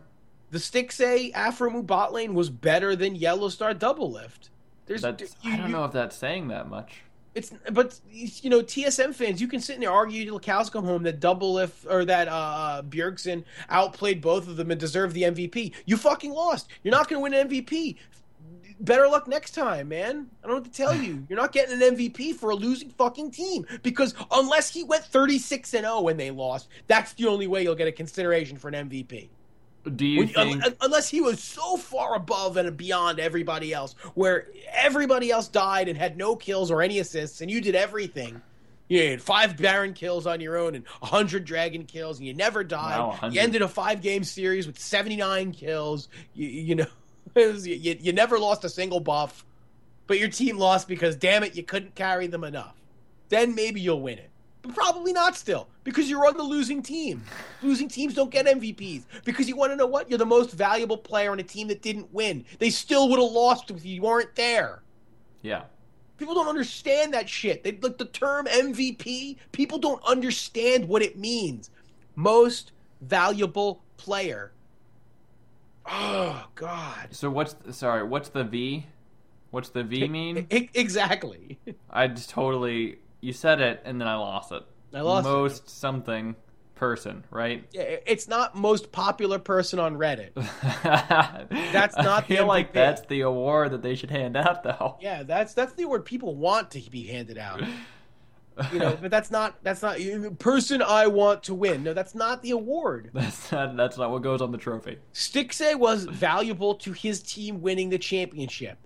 S1: The Stixay Afromu bot lane was better than Yellow Star Double Lift. There's
S2: That's,
S1: you-
S2: I
S1: you-
S2: don't know if that's saying that much.
S1: It's but you know TSM fans, you can sit in there argue till cows come home that Double Lift or that uh Bjergsen outplayed both of them and deserved the MVP. You fucking lost. You're not going to win an MVP. Better luck next time, man. I don't know what to tell you. You're not getting an MVP for a losing fucking team because unless he went 36 and 0 when they lost, that's the only way you'll get a consideration for an MVP.
S2: Do you
S1: When- un-
S2: think?
S1: un- unless he was so far above and beyond everybody else, where everybody else died and had no kills or any assists, and you did everything. You had five Baron kills on your own and 100 Dragon kills, and you never died.
S2: Wow, 100.
S1: you ended a five game series with 79 kills. You, you know, it was- you, you never lost a single buff, but your team lost because, damn it, you couldn't carry them enough. Then maybe you'll win it. But probably not still because you're on the losing team. Losing teams don't get MVPs because you want to know what? You're the most valuable player on a team that didn't win. They still would have lost if you weren't there.
S2: Yeah.
S1: People don't understand that shit. They like the term MVP. People don't understand what it means. Most valuable player. Oh God.
S2: So what's sorry? What's the V? What's the V mean?
S1: E- exactly.
S2: I just totally you said it and then I lost it.
S1: I lost it.
S2: most something person, right?
S1: Yeah, It's not most popular person on Reddit.
S2: that's
S1: not
S2: I
S1: the
S2: feel like
S1: MVP.
S2: that's the award that they should hand out though.
S1: Yeah, that's that's the word people want to be handed out. You know, but that's not that's not person I want to win. No, that's not the award.
S2: that's not that's not what goes on the trophy.
S1: Stixay was valuable to his team winning the championship.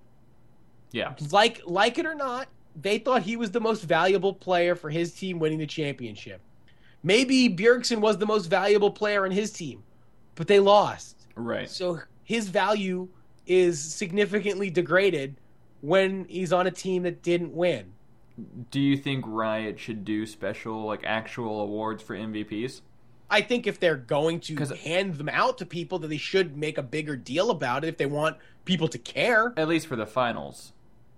S2: Yeah.
S1: like like it or not, they thought he was the most valuable player for his team winning the championship. Maybe Bjergsen was the most valuable player in his team, but they lost.
S2: Right.
S1: So his value is significantly degraded when he's on a team that didn't win.
S2: Do you think Riot should do special like actual awards for MVPs?
S1: I think if they're going to
S2: 'Cause-
S1: hand them out to people, that they should make a bigger deal about it if they want people to care.
S2: At least for the finals,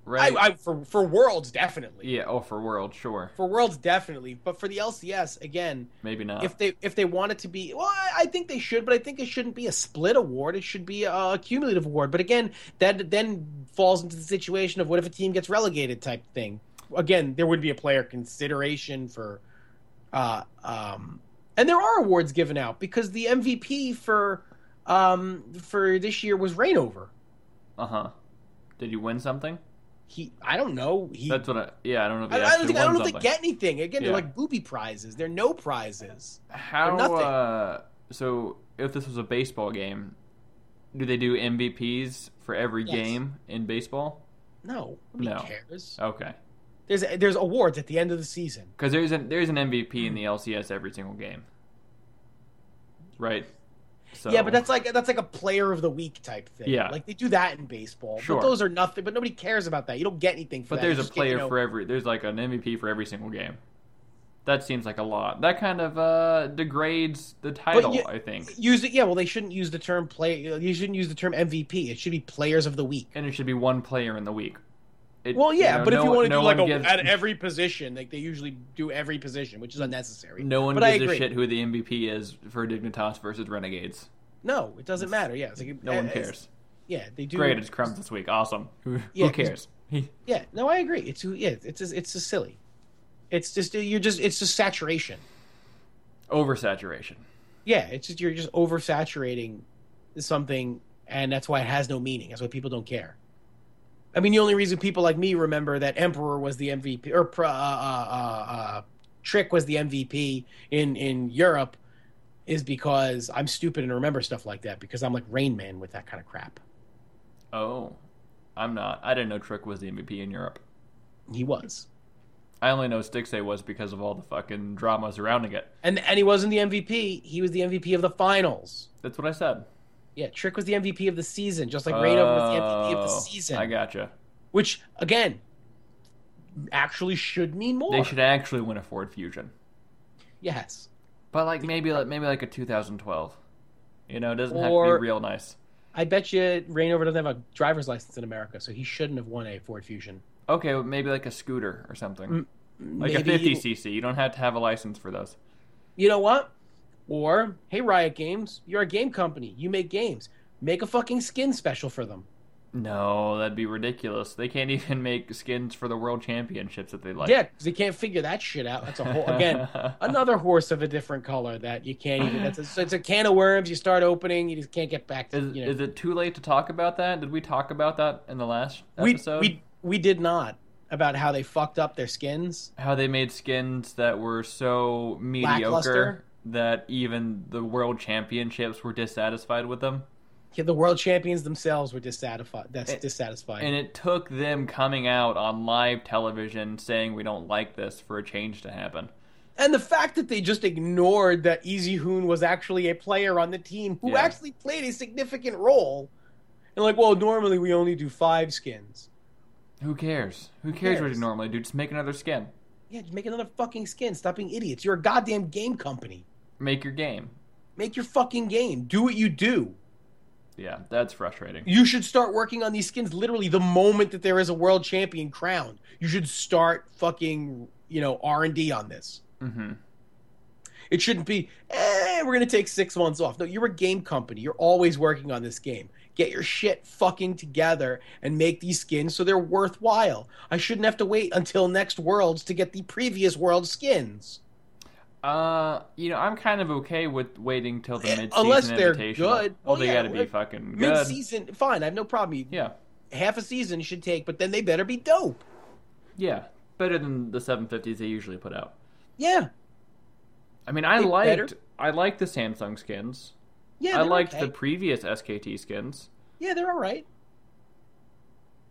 S1: I,
S2: right?
S1: I, for for worlds definitely,
S2: yeah. Oh, for World, sure.
S1: for worlds definitely, but for the LCS again,
S2: Maybe not.
S1: if they if they want it to be well I- i think they should but i think it shouldn't be a split award it should be a cumulative award but again that then falls into the situation of what if a team gets relegated type thing again there would be a player consideration for uh um and there are awards given out because the mvp for um for this year was rainover
S2: Uh huh. Did you win something?
S1: he i don't know he
S2: That's what I. Yeah, I don't know. If
S1: I,
S2: they
S1: I don't
S2: actually
S1: think I don't
S2: won
S1: know if they
S2: something.
S1: get anything. Again,
S2: Yeah.
S1: they're like booby prizes. They're no prizes.
S2: How?
S1: nothing.
S2: Uh, so, if this was a baseball game, do they do MVPs for every
S1: Yes.
S2: game in baseball?
S1: No, nobody
S2: No.
S1: cares.
S2: Okay,
S1: There's there's awards at the end of the season.
S2: because there's an there's an MVP in the LCS every single game, right? So
S1: Yeah, but that's like that's like a player of the week type thing.
S2: Yeah.
S1: like they do that in baseball.
S2: Sure.
S1: But those are nothing. But nobody cares about that. You don't get anything for
S2: but
S1: that. You
S2: there's a
S1: just get, you
S2: player
S1: know-
S2: for every there's like an MVP for every single game. That seems like a lot. That kind of uh, degrades the title,
S1: you-
S2: I think,
S1: Use it. Yeah. Well, they shouldn't use the term play. You shouldn't use the term MVP. It should be players of the week.
S2: and it should be one player in the week. It-
S1: Well, yeah,
S2: know,
S1: but
S2: no
S1: if you
S2: one-
S1: want to
S2: no
S1: do like
S2: one
S1: a,
S2: gives- Mm.
S1: at every position, like they usually do every position, which is unnecessary.
S2: No one
S1: but I
S2: gives a
S1: agree.
S2: shit who the MVP is for Dignitas versus Renegades.
S1: No, it doesn't matter. Yeah, it's like,
S2: No one
S1: uh,
S2: cares.
S1: Yeah, they do.
S2: Great, it's crumbs this week. Awesome. Who,
S1: Yeah,
S2: who
S1: 'cause-
S2: cares? He-
S1: Yeah, no, I agree. It's yeah, it's just, it's just silly. It's just you're just it's just saturation.
S2: Oversaturation.
S1: yeah it's just you're just oversaturating something and that's why it has no meaning that's why people don't care i mean the only reason people like me remember that emperor was the mvp or pro- uh, uh, uh, uh, trick was the mvp in in europe is because i'm stupid and remember stuff like that because i'm like rain man with that kind of crap
S2: Oh, I'm not. I didn't know Trick was the MVP in Europe.
S1: he was
S2: I only know Stixay was because of all the fucking drama surrounding it.
S1: and and he wasn't the mvp he was the mvp of the finals
S2: That's what I said.
S1: yeah trick was the mvp of the season just like rainover was the mvp of the
S2: Oh,
S1: season
S2: I gotcha.
S1: which again actually should mean more.
S2: They should actually win a Ford Fusion,
S1: yes,
S2: but like maybe like maybe like a 2012. You know, it doesn't have to
S1: Or-
S2: be real nice.
S1: I bet you Rainover doesn't have a driver's license in America, so he shouldn't have won a Ford Fusion.
S2: Okay, well, maybe like a scooter or something, like
S1: Maybe-
S2: a 50 cc. You don't have to have a license for those.
S1: You know what? Or hey, Riot Games, you're a game company. You make games. Make a fucking skin special for them.
S2: No, that'd be ridiculous. They can't even make skins for the world championships that they like.
S1: Yeah, because they can't figure that shit out. That's a whole again another horse of a different color that you can't even. That's a, so it's a can of worms. You start opening, you just can't get back. To,
S2: Is,
S1: you know.
S2: is it too late to talk about that? Did we talk about that in the last
S1: we
S2: episode?
S1: we we did not about how they fucked up their skins.
S2: How they made skins that were so mediocre
S1: Lackluster?
S2: that even the world championships were dissatisfied with them?
S1: Yeah, the world champions themselves were dissatisfied. That's dissatisfied.
S2: And it took them coming out on live television saying we don't like this for a change to happen.
S1: And the fact that they just ignored that Easy Hoon was actually a player on the team who
S2: Yeah.
S1: actually played a significant role. And like, well, normally we only do five skins.
S2: Who cares? Who cares, what
S1: cares?
S2: you normally do? Just make another skin.
S1: Yeah, just make another fucking skin. Stop being idiots. You're a goddamn game company.
S2: Make your game.
S1: Make your fucking game. Do what you do.
S2: Yeah, that's frustrating.
S1: You should start working on these skins literally the moment that there is a world champion crowned. You should start fucking, you know, R&D on this.
S2: hmm
S1: It shouldn't be, eh, we're going to take six months off. No, you're a game company. You're always working on this game. Get your shit fucking together and make these skins so they're worthwhile. I shouldn't have to wait until next Worlds to get the previous World skins.
S2: Uh, you know, I'm kind of okay with waiting till the
S1: Yeah,
S2: mid-season
S1: unless they're
S2: invitational.
S1: good.
S2: Well,
S1: Well,
S2: they
S1: yeah,
S2: got to be
S1: like,
S2: fucking
S1: Mid
S2: good.
S1: season, fine, I have no problem.
S2: Yeah,
S1: Half a season should take, but then they better be dope.
S2: yeah, better than the 750s they usually put out.
S1: Yeah.
S2: I mean, I
S1: They
S2: liked
S1: better-
S2: I liked the Samsung skins.
S1: Yeah.
S2: I
S1: they're
S2: liked
S1: okay.
S2: the previous SKT skins.
S1: Yeah, they're all right.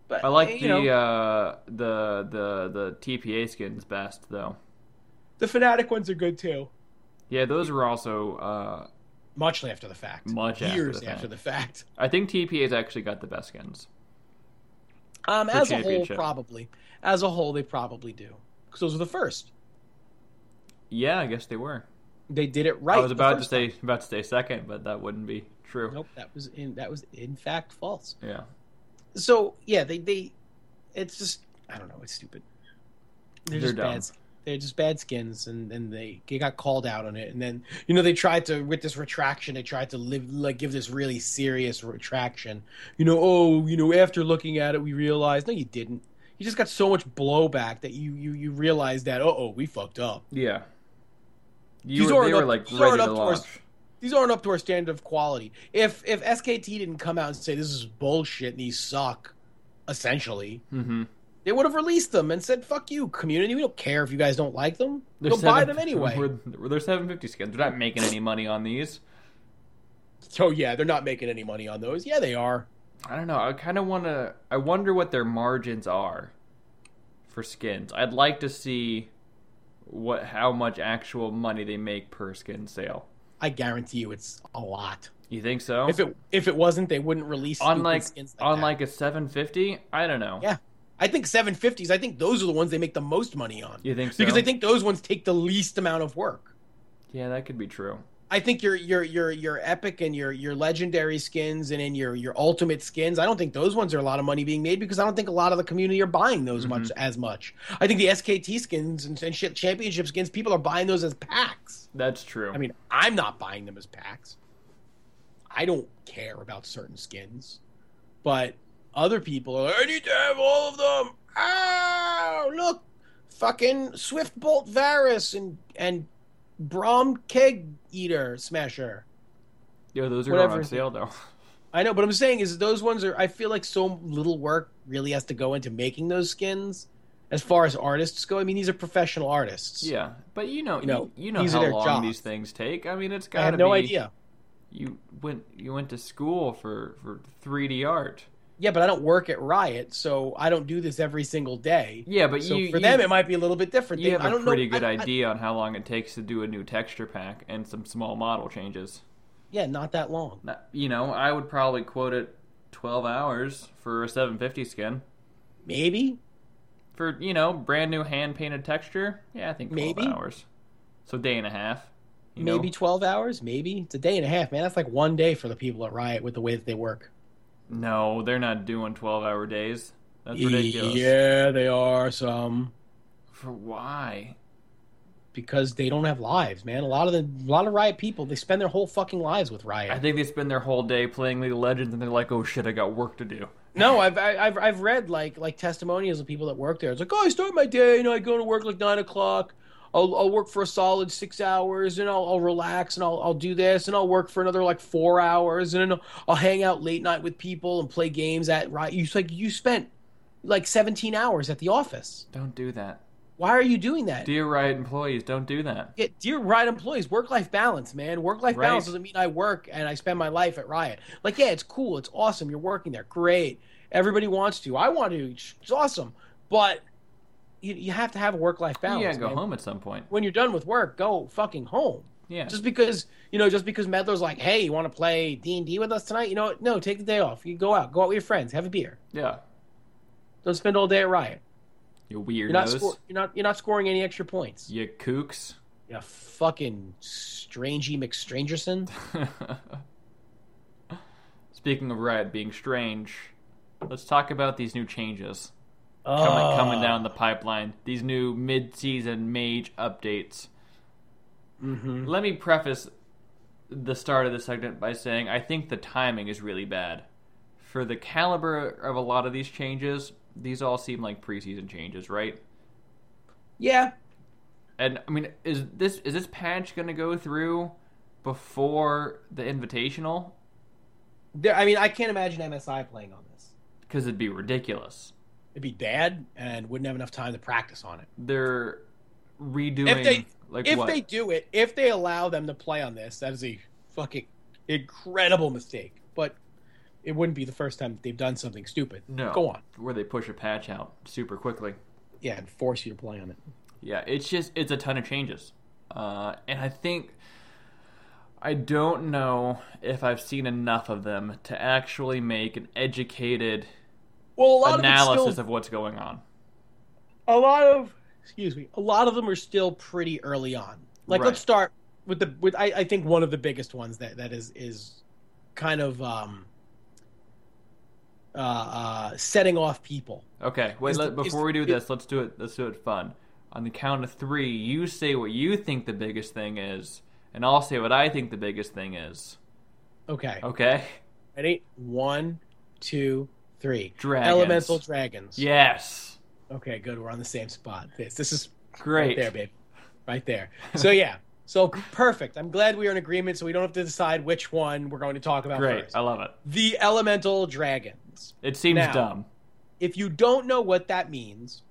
S1: But eh,
S2: I liked
S1: you
S2: the
S1: know,
S2: uh the the the TPA skins best though.
S1: the Fnatic ones are good too.
S2: Yeah, those were also uh
S1: Much after the fact.
S2: Much after
S1: years
S2: the fact.
S1: after the fact.
S2: I think TPA's actually got the best skins.
S1: Um,
S2: The
S1: as a whole,
S2: championship.
S1: probably. As a whole, they probably do because those were the first.
S2: Yeah, I guess they were.
S1: They did it right.
S2: I was
S1: the
S2: about to
S1: first
S2: say about to say second, but that wouldn't be true.
S1: time. Nope, that was in that was in fact false.
S2: Yeah.
S1: So yeah, they they, it's just I don't know, it's stupid. They're,
S2: They're
S1: just
S2: dumb.
S1: bad. They're just bad skins, and and they, they got called out on it, and then you know they tried to with this retraction, they tried to live like give this really serious retraction. You know, oh, you know, after looking at it, we realized no, you didn't. You just got so much blowback that you you you realized that uh oh, we fucked up.
S2: Yeah. You
S1: These
S2: were, they
S1: aren't
S2: were
S1: up-
S2: like
S1: these
S2: ready
S1: aren't up
S2: to
S1: to our
S2: launch.
S1: These aren't up to our standard of quality. If if SKT didn't come out and say this is bullshit and these suck, essentially,
S2: Mm-hmm.
S1: they would have released them and said, "Fuck you, community. We don't care if you guys don't like them. Go buy them anyway."
S2: They're 750 skins. They're not making any money on these.
S1: So yeah, they're not making any money on those. Yeah, they are.
S2: I don't know. I kind of want to. I wonder what their margins are for skins. I'd like to see what how much actual money they make per skin sale.
S1: I guarantee you, it's a lot.
S2: You think so?
S1: If it if it wasn't, they wouldn't release
S2: on
S1: stupid
S2: like,
S1: skins like
S2: on
S1: that.
S2: like a 750, I don't know.
S1: Yeah. I think 750s. I think those are the ones they make the most money on
S2: You think so?
S1: because I think those ones take the least amount of work.
S2: yeah, that could be true.
S1: I think your your your your epic and your your legendary skins and in your your ultimate skins. I don't think those ones are a lot of money being made because I don't think a lot of the community are buying those much as much. I think the SKT skins and, and shit championship skins, people are buying those as packs.
S2: That's true.
S1: I mean, I'm not buying them as packs. I don't care about certain skins, but other people are. I need to have all of them. Oh, look, fucking Swift Bolt Varus and and Brom Keg Eater Smasher.
S2: yeah, those are
S1: whatever.
S2: on sale though.
S1: I know, but I'm saying is those ones are. I feel like so little work really has to go into making those skins. As far as artists go, I mean, these are professional artists.
S2: yeah, but you know, you
S1: You
S2: know,
S1: know,
S2: you, know
S1: these are
S2: how
S1: their
S2: long
S1: jobs.
S2: these things take. I mean, it's
S1: I
S2: got to
S1: had
S2: be.
S1: no idea.
S2: You went you went to school for for 3D art.
S1: Yeah, but I don't work at Riot, so I don't do this every single day.
S2: Yeah, but
S1: so
S2: you
S1: for
S2: you-
S1: them, it might be a little bit different.
S2: You
S1: They-
S2: have
S1: I
S2: a
S1: don't
S2: pretty
S1: know,
S2: good
S1: I- I-
S2: idea on how long it takes to do a new texture pack and some small model changes.
S1: yeah, not that long.
S2: Not- You know, I would probably quote it 12 hours for a 750 skin.
S1: Maybe.
S2: For, you know, brand new hand painted texture, yeah, I think 12
S1: Maybe.
S2: hours. So day and a half. You know?
S1: Maybe 12 hours. Maybe. It's a day and a half, man. That's like one day for the people at Riot with the way that they work.
S2: No, they're not doing 12 hour days. That's ridiculous.
S1: Yeah, they are some.
S2: For why?
S1: Because they don't have lives, man. A lot of the a lot of Riot people, they spend their whole fucking lives with Riot.
S2: I think they spend their whole day playing League of Legends and they're like, oh shit, I got work to do.
S1: No, I've I- I've I've read like like testimonials of people that work there. It's like, oh, I start my day, you know, I go to work like nine o'clock. I'll I'll work for a solid six hours, and I'll I'll relax, and I'll I'll do this, and I'll work for another like four hours, and then I'll hang out late night with people and play games at right. You it's like you spent like seventeen hours at the office.
S2: Don't do that.
S1: Why are you doing that?
S2: Dear Riot employees, don't do that.
S1: Yeah, dear Riot employees, work life balance, man. Work life
S2: Right.
S1: balance doesn't mean I work and I spend my life at Riot. Like, yeah, it's cool. It's awesome. You're working there. Great. Everybody wants to. I want to. It's awesome. But you, you have to have a work life balance.
S2: yeah, go
S1: man.
S2: home at some point.
S1: When you're done with work, go fucking home.
S2: Yeah.
S1: Just because, you know, just because Medler's like, hey, you want to play D&D with us tonight? You know, what? no, take the day off. You go out. Go out with your friends. Have a beer.
S2: yeah.
S1: Don't spend all day at Riot.
S2: You weirdos.
S1: You're not, score- you're not, you're not scoring any extra points.
S2: you kooks.
S1: You fucking strangey McStrangerson.
S2: Speaking of Riot being strange, let's talk about these new changes coming,
S1: Oh.
S2: coming down the pipeline. These new mid-season mage updates.
S1: Mhm.
S2: Let me preface the start of the segment by saying I think the timing is really bad. For the caliber of a lot of these changes, these all seem like preseason changes, right?
S1: Yeah,
S2: And I mean, is this is this patch going to go through before the invitational?
S1: there. I mean, I can't imagine MSI playing on this.
S2: Because it'd be ridiculous.
S1: It'd be bad and wouldn't have enough time to practice on it.
S2: They're redoing
S1: If they-
S2: like
S1: If
S2: what?
S1: they do it, if they allow them to play on this, that is a fucking incredible mistake. But it wouldn't be the first time that they've done something stupid.
S2: no,
S1: Go on.
S2: where they push a patch out super quickly.
S1: Yeah, and force you to play on it.
S2: Yeah, it's just it's a ton of changes, uh, and I think I don't know if I've seen enough of them to actually make an educated
S1: Well, a lot
S2: analysis
S1: of it's still,
S2: of what's going on.
S1: a lot of excuse me, a lot of them are still pretty early on. Like,
S2: Right.
S1: let's start with the with I, I think one of the biggest ones that that is is kind of um uh, uh setting off people.
S2: Okay, wait.
S1: Is
S2: Let,
S1: the- is
S2: before we
S1: the-
S2: do this, let's do it. Let's do it fun. On the count of three, you say what you think the biggest thing is, and I'll say what I think the biggest thing is.
S1: Okay.
S2: Okay.
S1: Ready? One, two, three.
S2: Dragons.
S1: Elemental dragons.
S2: Yes.
S1: Okay, good. We're on the same spot. This this is right
S2: Great.
S1: there, babe. Right there. So yeah. So perfect. I'm glad we are in agreement so we don't have to decide which one we're going to talk about
S2: Great.
S1: first.
S2: I love it.
S1: The elemental dragons.
S2: It seems
S1: Now.
S2: dumb.
S1: If you don't know what that means,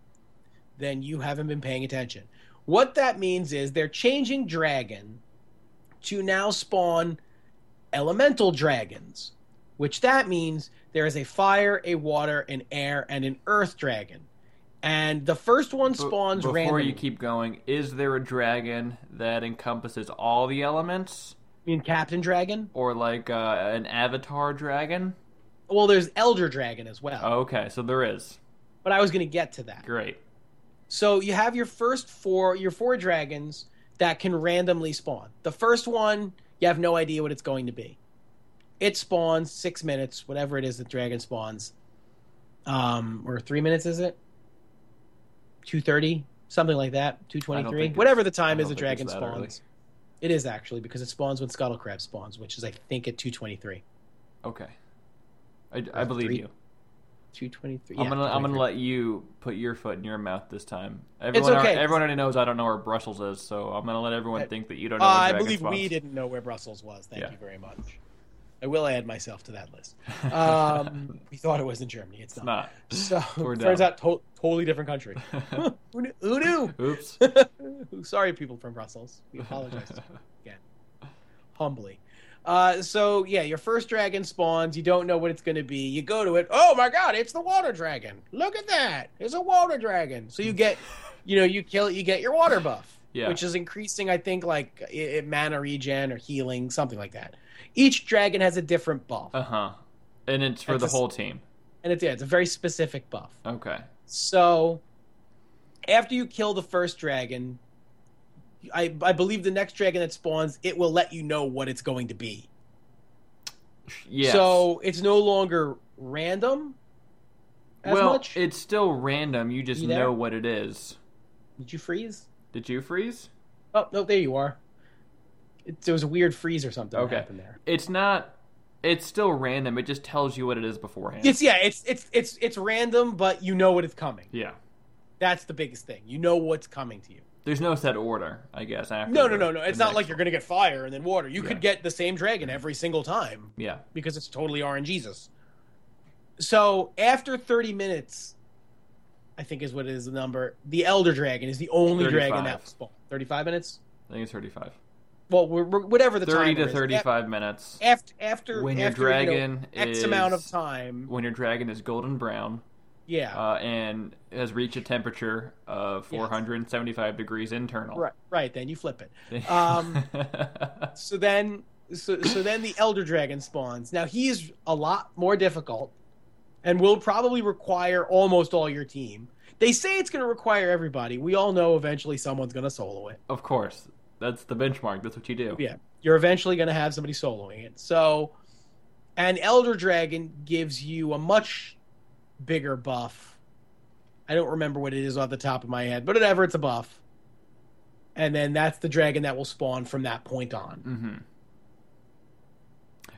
S1: then you haven't been paying attention. What that means is they're changing dragon to now spawn elemental dragons, which that means there is a fire, a water, an air, and an earth dragon. And the first one
S2: Be-
S1: spawns
S2: Before
S1: randomly.
S2: you keep going, is there a dragon that encompasses all the elements,
S1: You mean Captain Dragon?
S2: or like uh, an avatar dragon?
S1: Well, there's Elder Dragon as well.
S2: Okay, so there is.
S1: But I was going to get to that.
S2: Great.
S1: So you have your first four, your four dragons that can randomly spawn. The first one, you have no idea what it's going to be. It spawns six minutes, whatever it is the dragon spawns, um, or three minutes is it? Two thirty, something like that. Two
S2: I don't
S1: twenty-three,
S2: think it's-
S1: whatever the
S2: I
S1: time
S2: don't
S1: is the
S2: think
S1: dragon
S2: it's that early.
S1: spawns. It is actually because it spawns when scuttle crab spawns, which is I think at two twenty-three.
S2: Okay. I, I believe
S1: three-
S2: you.
S1: Two twenty-three.
S2: I'm gonna I'm gonna let you put your foot in your mouth this time. Everyone
S1: okay.
S2: alre- everyone already knows I don't know where Brussels is, so I'm gonna let everyone think that you don't know.
S1: Uh,
S2: Where
S1: I
S2: dragon
S1: believe we
S2: spawns.
S1: didn't know where Brussels was. Thank
S2: Yeah.
S1: you very much. I will add myself to that list. Um, we thought it was in Germany. It's,
S2: It's
S1: not.
S2: not.
S1: So
S2: We're
S1: turns
S2: dumb.
S1: out to- totally different country. Huh, who knew? Who knew?
S2: Oops.
S1: Sorry, people from Brussels. We apologize humbly. Uh, so yeah, your first dragon spawns. You don't know what it's going to be. You go to it. Oh my god, it's the water dragon. Look at that. It's a water dragon. So you get, you know, you kill it. You get your water buff,
S2: Yeah.
S1: which is increasing. I think like i i- mana regen or healing, something like that. Each dragon has a different buff,
S2: Uh huh. And it's for
S1: That's
S2: the
S1: a s-
S2: whole team.
S1: and it's yeah, it's a very specific buff.
S2: Okay.
S1: So, after you kill the first dragon, I, I believe the next dragon that spawns, it will let you know what it's going to be.
S2: Yes.
S1: So it's no longer random as
S2: well,
S1: much.
S2: it's still random. You just
S1: You there?
S2: know what it is.
S1: Did you freeze?
S2: Did you freeze?
S1: Oh, no, there you are. It, there was a weird freeze or something
S2: Okay.
S1: that happened there.
S2: It's not. It's still random. It just tells you what it is beforehand.
S1: It's yeah, it's it's it's it's random, but you know what it's coming.
S2: yeah.
S1: That's the biggest thing. You know what's coming to you.
S2: There's no set order, I guess. After
S1: No, no,
S2: the-
S1: no, no.
S2: the
S1: It's not
S2: next
S1: like you're
S2: one.
S1: gonna get fire and then water. You
S2: Yeah.
S1: could get the same dragon every single time.
S2: Yeah.
S1: because it's totally RNGesus. So after 30 minutes, I think is what is the number. The Elder Dragon is the only dragon that
S2: 35.
S1: was spawned. 35 minutes?
S2: I think it's 35.
S1: Well, we're, we're, whatever the
S2: 30
S1: timer
S2: to
S1: is.
S2: 35 minutes.
S1: After, after,
S2: When your
S1: after you know,
S2: dragon
S1: X amount of
S2: is-
S1: time.
S2: When your dragon is golden brown
S1: Yeah.
S2: uh, and has reached a temperature of 475 degrees internal.
S1: right. Right. Then you flip it. Um, so then so, so then the elder dragon spawns now he's a lot more difficult and will probably require almost all your team they say it's going to require everybody we all know eventually someone's going to solo it
S2: of course. That's the benchmark. That's what you do.
S1: yeah you're eventually going to have somebody soloing it so an elder dragon gives you a much bigger buff i don't remember what it is off the top of my head but whatever it's a buff and then that's the dragon that will spawn from that point on
S2: Mm-hmm.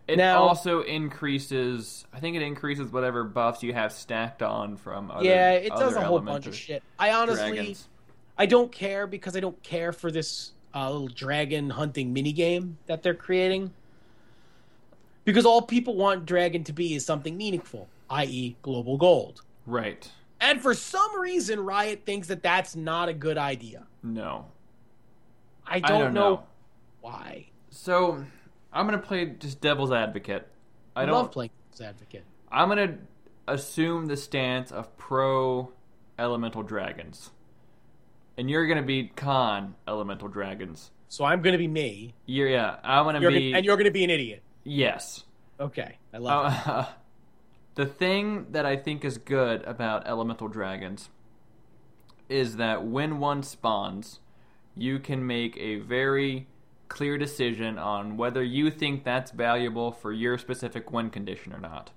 S2: It
S1: Now-
S2: also increases. I think it increases whatever buffs you have stacked on from other.
S1: yeah, it does
S2: other
S1: a whole bunch
S2: elemental
S1: of shit. I honestly,
S2: Dragons.
S1: I don't care because I don't care for this uh, little dragon hunting minigame that they're creating. Because all people want dragon to be is something meaningful, i.e., global gold.
S2: Right.
S1: And for some reason, Riot thinks that that's not a good idea.
S2: No.
S1: I
S2: I
S1: don't, know, why.
S2: So I'm gonna play just devil's advocate. I
S1: I
S2: don't.
S1: love playing as advocate.
S2: I'm gonna assume the stance of pro elemental dragons, and you're gonna be con elemental dragons.
S1: So I'm going to be me,
S2: You're, yeah, I'm gonna
S1: you're
S2: be.
S1: gonna, and you're going to be an idiot.
S2: yes.
S1: Okay, I love it.
S2: Uh, the thing that I think is good about elemental dragons is that when one spawns, you can make a very clear decision on whether you think that's valuable for your specific win condition or not.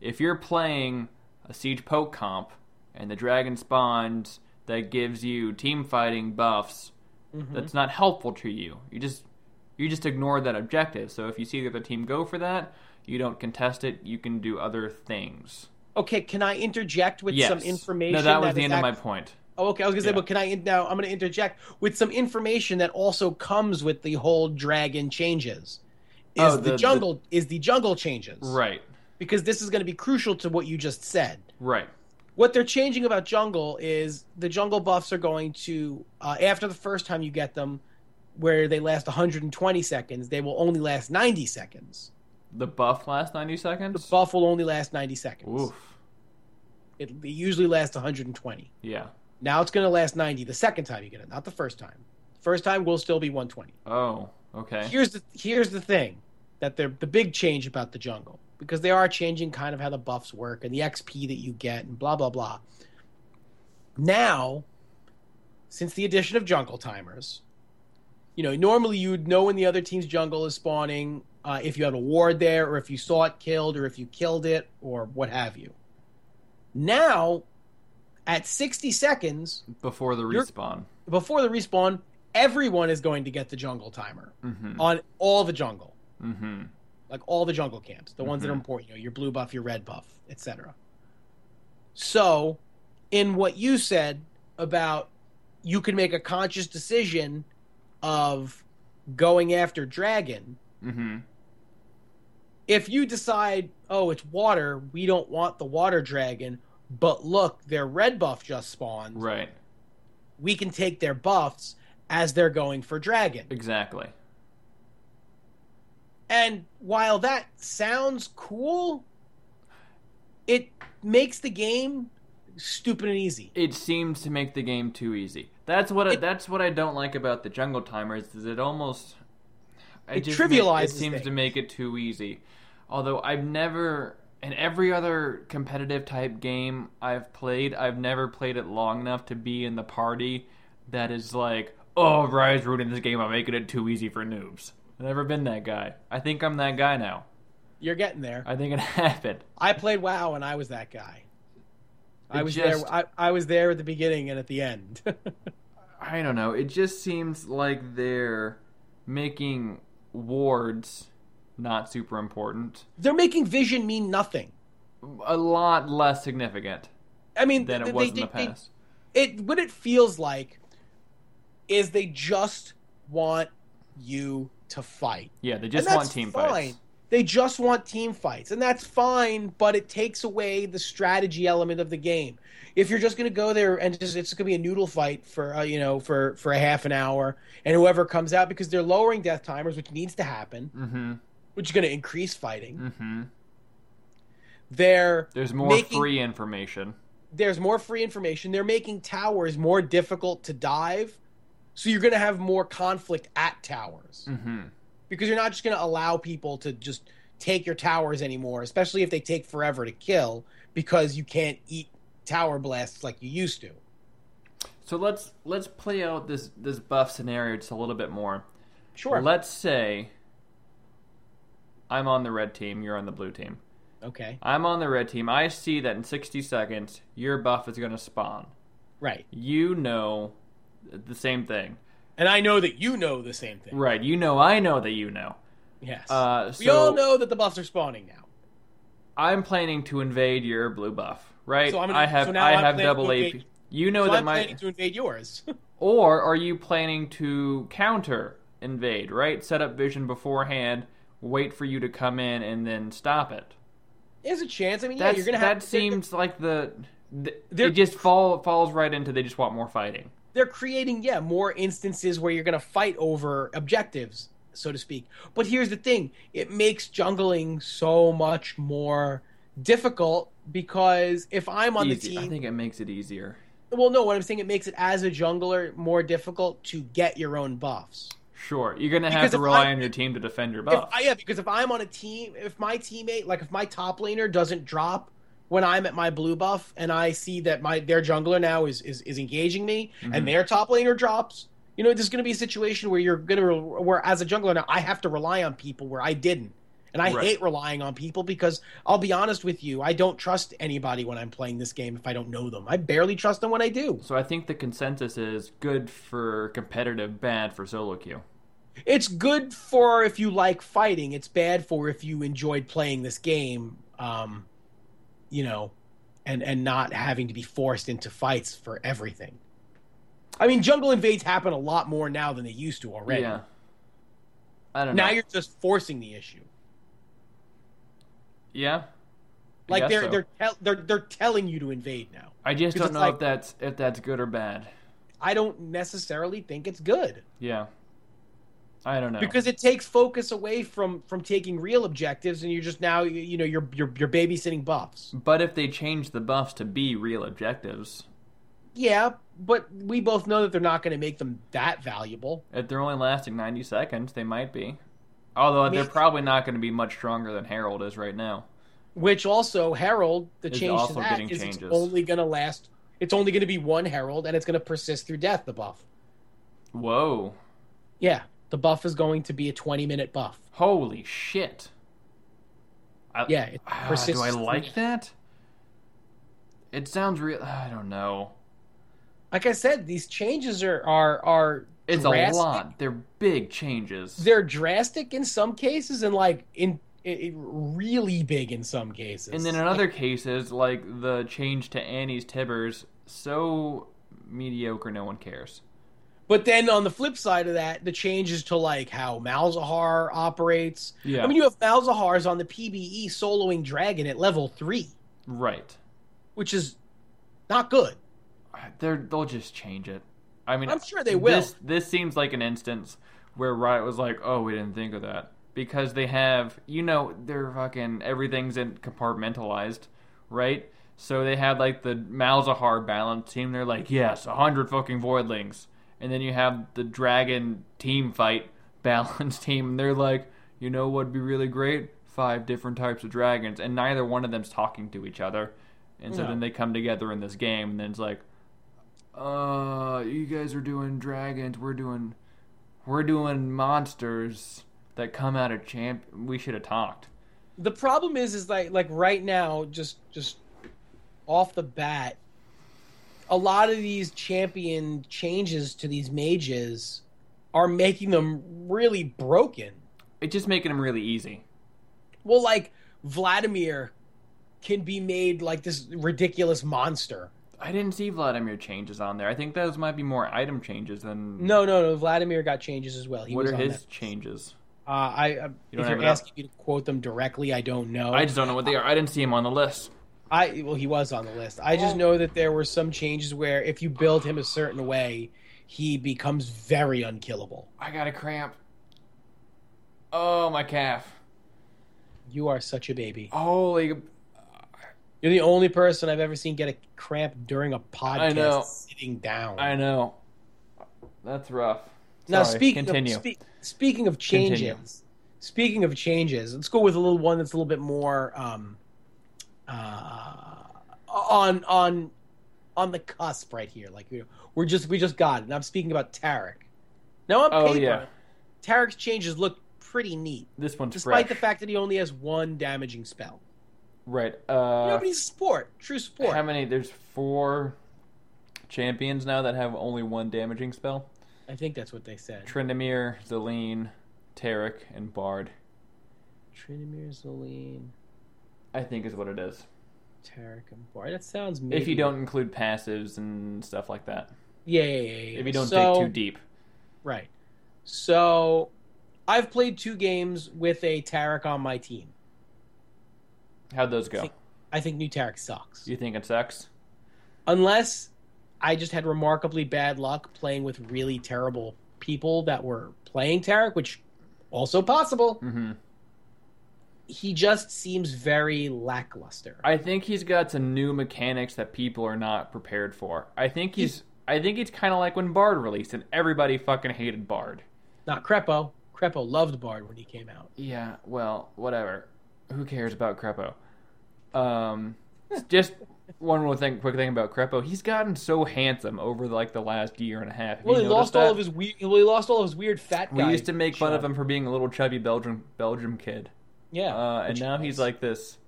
S2: If you're playing a siege poke comp and the dragon spawns that gives you team fighting buffs,
S1: Mm-hmm.
S2: that's not helpful to you. You just you just ignore that objective. So if you see the other team go for that, you don't contest it. You can do other things.
S1: Okay, can I interject with
S2: yes.
S1: some information?
S2: No, that was the
S1: is
S2: end of my
S1: act-
S2: point.
S1: Oh, okay. I was gonna say,
S2: Yeah.
S1: but can I in- now? I'm gonna interject with some information that also comes with the whole dragon changes. Is
S2: Oh,
S1: the,
S2: the- the-
S1: jungle is the jungle changes
S2: Right.
S1: because this is gonna be crucial to what you just said.
S2: Right.
S1: What they're changing about jungle is the jungle buffs are going to uh, after the first time you get them, where they last 120 seconds, they will only last 90 seconds.
S2: The buff lasts 90
S1: The
S2: seconds?
S1: buff will only last 90 seconds.
S2: Oof.
S1: It, it usually lasts 120.
S2: Yeah.
S1: Now it's going to last 90 the second time you get it, not the first time. First time will still be 120.
S2: Oh, okay.
S1: here's the here's the thing that they're the big change about the jungle because they are changing kind of how the buffs work and the XP that you get and blah blah blah. Now, since the addition of jungle timers, you know normally you'd know when the other team's jungle is spawning uh, if you had a ward there or if you saw it killed or if you killed it or what have you. Now, at 60 seconds
S2: Before the
S1: You're-
S2: respawn.
S1: before the respawn, everyone is going to get the jungle timer
S2: Mm-hmm.
S1: on all the jungle,
S2: Mm-hmm.
S1: like all the jungle camps, the ones that are
S2: Mhm.
S1: important, you know, your blue buff, your red buff, etc. So, in what you said about you can make a conscious decision of going after dragon,
S2: Mm-hmm.
S1: if you decide, oh, it's water, we don't want the water dragon, but look, their red buff just spawned.
S2: Right.
S1: We can take their buffs as they're going for dragon.
S2: Exactly.
S1: And while that sounds cool, it makes the game stupid and easy.
S2: It seems to make the game too easy. That's what I,
S1: It-
S2: that's what I don't like about the jungle timers is it almost I
S1: It
S2: just ma-
S1: trivializes
S2: it seems to
S1: things.
S2: make it too easy. Although I've never in every other competitive type game I've played, I've never played it long enough to be in the party that is like, "Oh, Riot's ruining this game by making it too easy for noobs." I've never been that guy. I think I'm that guy now.
S1: You're getting there.
S2: I think it happened.
S1: I played WoW and I was that guy. I
S2: It
S1: was
S2: just-
S1: there. I, I was there at the beginning and at the end.
S2: I don't know. It just seems like they're making wards not super important,
S1: They're making vision mean nothing.
S2: a lot less significant
S1: I mean,
S2: than
S1: they-
S2: it was
S1: they-
S2: in the
S1: they-
S2: past.
S1: it what it feels like is they just want you to fight.
S2: yeah, they just
S1: And
S2: want
S1: that's
S2: team
S1: fine.
S2: fights.
S1: They just want team fights, and that's fine, but it takes away the strategy element of the game. If you're just going to go there and just it's going to be a noodle fight for uh, you know for for a half an hour, and whoever comes out because they're lowering death timers, which needs to happen,
S2: Mm-hmm.
S1: which is going to increase fighting.
S2: Mm-hmm.
S1: They're
S2: There's more
S1: Making-
S2: free information.
S1: there's more free information. They're making towers more difficult to dive, so you're going to have more conflict at towers.
S2: Mm-hmm.
S1: because you're not just going to allow people to just take your towers anymore, especially if they take forever to kill because you can't eat tower blasts like you used to.
S2: So let's let's play out this this buff scenario just a little bit more.
S1: Sure.
S2: Let's say I'm on the red team, you're on the blue team.
S1: okay.
S2: I'm on the red team. I see that in 60 seconds your buff is going to spawn.
S1: Right.
S2: You know the same thing.
S1: And I know that you know the same thing.
S2: Right. You know I know that you know.
S1: Yes.
S2: Uh, so
S1: we all know that the buffs are spawning now.
S2: I'm planning to invade your blue buff, right?
S1: So I'm gonna-
S2: I have
S1: so now
S2: I
S1: I'm
S2: have
S1: planning to
S2: double AP.
S1: invade-
S2: You know
S1: so
S2: that
S1: I'm
S2: my
S1: planning to invade yours.
S2: Or are you planning to counter invade, right? Set up vision beforehand, wait for you to come in, and then stop it.
S1: There's a chance. I mean,
S2: That's,
S1: yeah, you're going to
S2: that
S1: have they're-
S2: seems like the. the
S1: They're-
S2: it just fall, falls right into they just want more fighting.
S1: they're creating yeah more instances where you're going to fight over objectives so to speak but here's the thing it makes jungling so much more difficult because if i'm on
S2: Easy.
S1: the
S2: I
S1: team
S2: think it makes it easier.
S1: well no what i'm saying it makes it as a jungler more difficult to get your own buffs
S2: Sure, you're gonna have
S1: Because
S2: to
S1: if
S2: rely
S1: I-
S2: on your team to defend your
S1: if
S2: buff.
S1: I, yeah because if i'm on a team if my teammate like if my top laner doesn't drop when i'm at my blue buff and i see that my their jungler now is is, is engaging me
S2: Mhm.
S1: and their top laner drops you know there's going to be a situation where you're going to where as a jungler now i have to rely on people where i didn't and i
S2: Right.
S1: hate relying on people because i'll be honest with you i don't trust anybody when i'm playing this game if i don't know them i barely trust them when i do
S2: so I think the consensus is good for competitive, bad for solo queue.
S1: it's good for if you like fighting. It's bad for if you enjoyed playing this game, um, you know, and and not having to be forced into fights for everything. I mean, jungle invades happen a lot more now than they used to already.
S2: Yeah, I don't
S1: Now
S2: know.
S1: you're just forcing the issue.
S2: yeah, I
S1: Like
S2: guess
S1: they're
S2: so.
S1: they're tell they're they're telling you to invade now.
S2: I just
S1: 'cause
S2: don't
S1: it's
S2: know
S1: like-
S2: if that's if that's good or bad.
S1: I don't necessarily think it's good
S2: Yeah. I don't know.
S1: because it takes focus away from from taking real objectives, and you're just now you you know you're you're, you're babysitting buffs.
S2: but if they change the buffs to be real objectives,
S1: Yeah, but we both know that they're not going to make them that valuable.
S2: if they're only lasting 90 seconds, they might be. Although they're
S1: Maybe.
S2: probably not going to be much stronger than Harold is right now.
S1: Which also Herald, the
S2: Is
S1: change
S2: also
S1: to that
S2: getting
S1: is it's
S2: changes.
S1: only going to last. It's only going to be one Herald, and it's going to persist through death. The buff.
S2: Whoa.
S1: Yeah, the buff is going to be a twenty-minute buff.
S2: Holy shit. I,
S1: Yeah, it
S2: Ah, do
S1: persists
S2: I
S1: through
S2: like
S1: death.
S2: that? It sounds real. I don't know.
S1: Like I said, these changes are are are
S2: It's
S1: drastic.
S2: a lot. They're big changes.
S1: They're drastic in some cases, and like in i i- really big in some cases.
S2: And then in other cases, like the change to Annie's Tibbers, so mediocre, no one cares.
S1: But then on the flip side of that, the changes to like how Malzahar operates.
S2: Yeah.
S1: I mean, you have Malzahar's on the PBE soloing dragon at level three,
S2: Right.
S1: which is not good.
S2: They're, they'll just change it. I mean,
S1: I'm sure they will.
S2: This, this seems like an instance where Riot was like, "Oh, we didn't think of that," because they have, you know, they're fucking everything's in compartmentalized, right? So they had like the Malzahar balance team. They're like, "Yes, hundred fucking Voidlings," and then you have the Dragon team fight balance team. And they're like, "You know what'd be really great? Five different types of dragons, and neither one of them's talking to each other." And so
S1: No.
S2: then they come together in this game, and then it's like, uh you guys are doing dragons we're doing we're doing monsters that come out of champ we should have talked
S1: The problem is, is like like right now, just just off the bat, a lot of these champion changes to these mages are making them really broken.
S2: it's just making them really easy
S1: Well, like Vladimir can be made like this ridiculous monster.
S2: i didn't see vladimir changes on there i think those might be more item changes than
S1: No, no, no. Vladimir got changes as well. He
S2: Hmm. what
S1: was
S2: are
S1: on
S2: his
S1: that.
S2: changes
S1: Uh, I, I
S2: You don't
S1: if
S2: have
S1: you're
S2: it up?
S1: asking me to quote them directly, I don't know.
S2: I just don't know what they are. I didn't see him on the list.
S1: I well, he was on the list. I just know that there were some changes where if you build him a certain way, he becomes very unkillable.
S2: I got a cramp. Oh, my calf.
S1: You are such a baby.
S2: Holy.
S1: You're the only person I've ever seen get a cramp during a podcast
S2: I know.
S1: sitting down.
S2: I know. That's rough.
S1: Now
S2: Sorry,
S1: speaking
S2: continue.
S1: Of, spe- speaking of changes,
S2: Continue.
S1: speaking of changes, let's go with a little one that's a little bit more um, uh, on on on the cusp right here. Like you know, we're just we just got it. And I'm speaking about Tarek. Now on
S2: Oh,
S1: paper,
S2: yeah.
S1: Tarek's changes look pretty neat,
S2: this one's
S1: despite
S2: fresh.
S1: the fact that he only has one damaging spell.
S2: Right.
S1: You
S2: Uh,
S1: know, but he's a sport, true sport.
S2: how many? There's four champions now that have only one damaging spell.
S1: I think that's what they said.
S2: Trindamir, Zelene, Tarek, and Bard.
S1: Trinimir, Zelene,
S2: I think is what it is.
S1: Tarek, and Bard. That sounds maybe
S2: If you don't include passives and stuff like that.
S1: Yeah, yeah, yeah, yeah.
S2: If you don't
S1: so,
S2: dig too deep.
S1: Right. So I've played two games with a Tarek on my team.
S2: How'd those go?
S1: Think- I think new Tarek sucks.
S2: You think it sucks?
S1: Unless I just had remarkably bad luck playing with really terrible people that were playing Tarek, which also possible.
S2: Mm-hmm.
S1: He just seems very lackluster.
S2: I think he's got some new mechanics that people are not prepared for. I think he's. I think it's kind of like when Bard released and everybody fucking hated Bard.
S1: Not Crepo. Crepo loved Bard when he came out.
S2: Yeah, well, whatever. Who cares about Crepo? Um, just one more thing, quick thing about Crepo. He's gotten so handsome over like the last year and a half. Have
S1: Well,
S2: you
S1: he
S2: noticed
S1: lost all
S2: that?
S1: of his weird. Well, he lost all of his weird fat
S2: We
S1: guy
S2: used to make fun of
S1: show.
S2: him for being a little chubby Belgium Belgium kid,
S1: Yeah,
S2: uh, and
S1: which
S2: now
S1: he
S2: he's
S1: was.
S2: like this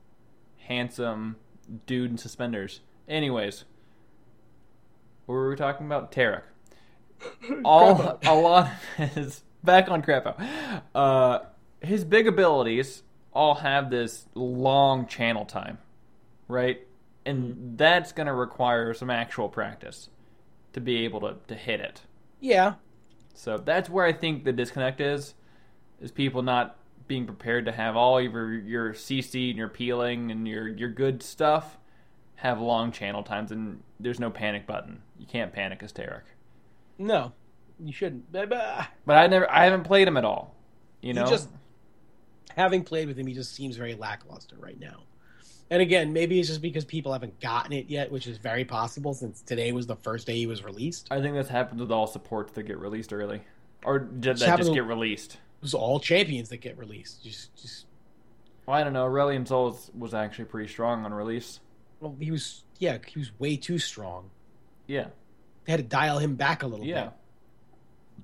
S2: handsome dude in suspenders. Anyways, what were we talking about? Tarek. All a lot of his back on Crepo. Uh, his big abilities all have this long channel time, right?
S1: Mm-hmm.
S2: And that's going to require some actual practice to be able to, to hit it.
S1: yeah.
S2: So that's where I think the disconnect is, is people not being prepared to have all your your CC and your peeling and your your good stuff have long channel times, and there's no panic button. You can't panic as Tarek.
S1: No, you shouldn't. But- but-
S2: But I never, I haven't played him at all. You
S1: He
S2: know,
S1: just- having played with him, he just seems very lackluster right now. And again, maybe it's just because people haven't gotten it yet, which is very possible since today was the first day he was released. It
S2: I think this happens with all supports that get released early, or did
S1: It's
S2: that
S1: happened
S2: just
S1: with-
S2: get released.
S1: was all champions that get released. Just, just
S2: Well, I don't know. Aurelian Souls was actually pretty strong on release.
S1: well, he was yeah, he was way too strong.
S2: Yeah,
S1: They had to dial him back a little
S2: yeah.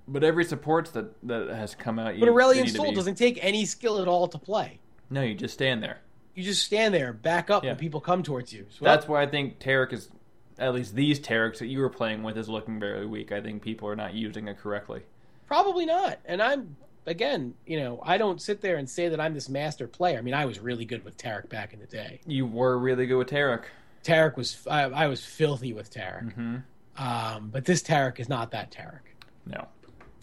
S2: But every supports that that has come out, you,
S1: bit. But Aurelian
S2: they need to
S1: Soul
S2: be-
S1: doesn't take any skill at all to play.
S2: No, you just stand there.
S1: You just stand there, back up
S2: Yeah.
S1: when people come towards you. So
S2: That's why I think Tarek is, at least these Tareks that you were playing with, is looking very weak. I think people are not using it correctly.
S1: Probably not. And I'm again, you know, I don't sit there and say that I'm this master player. I mean, I was really good with Tarek back in the day.
S2: You were really good with Tarek.
S1: Tarek was I, I was filthy with Tarek.
S2: Mm-hmm.
S1: Um, but this Tarek is not that Tarek.
S2: No,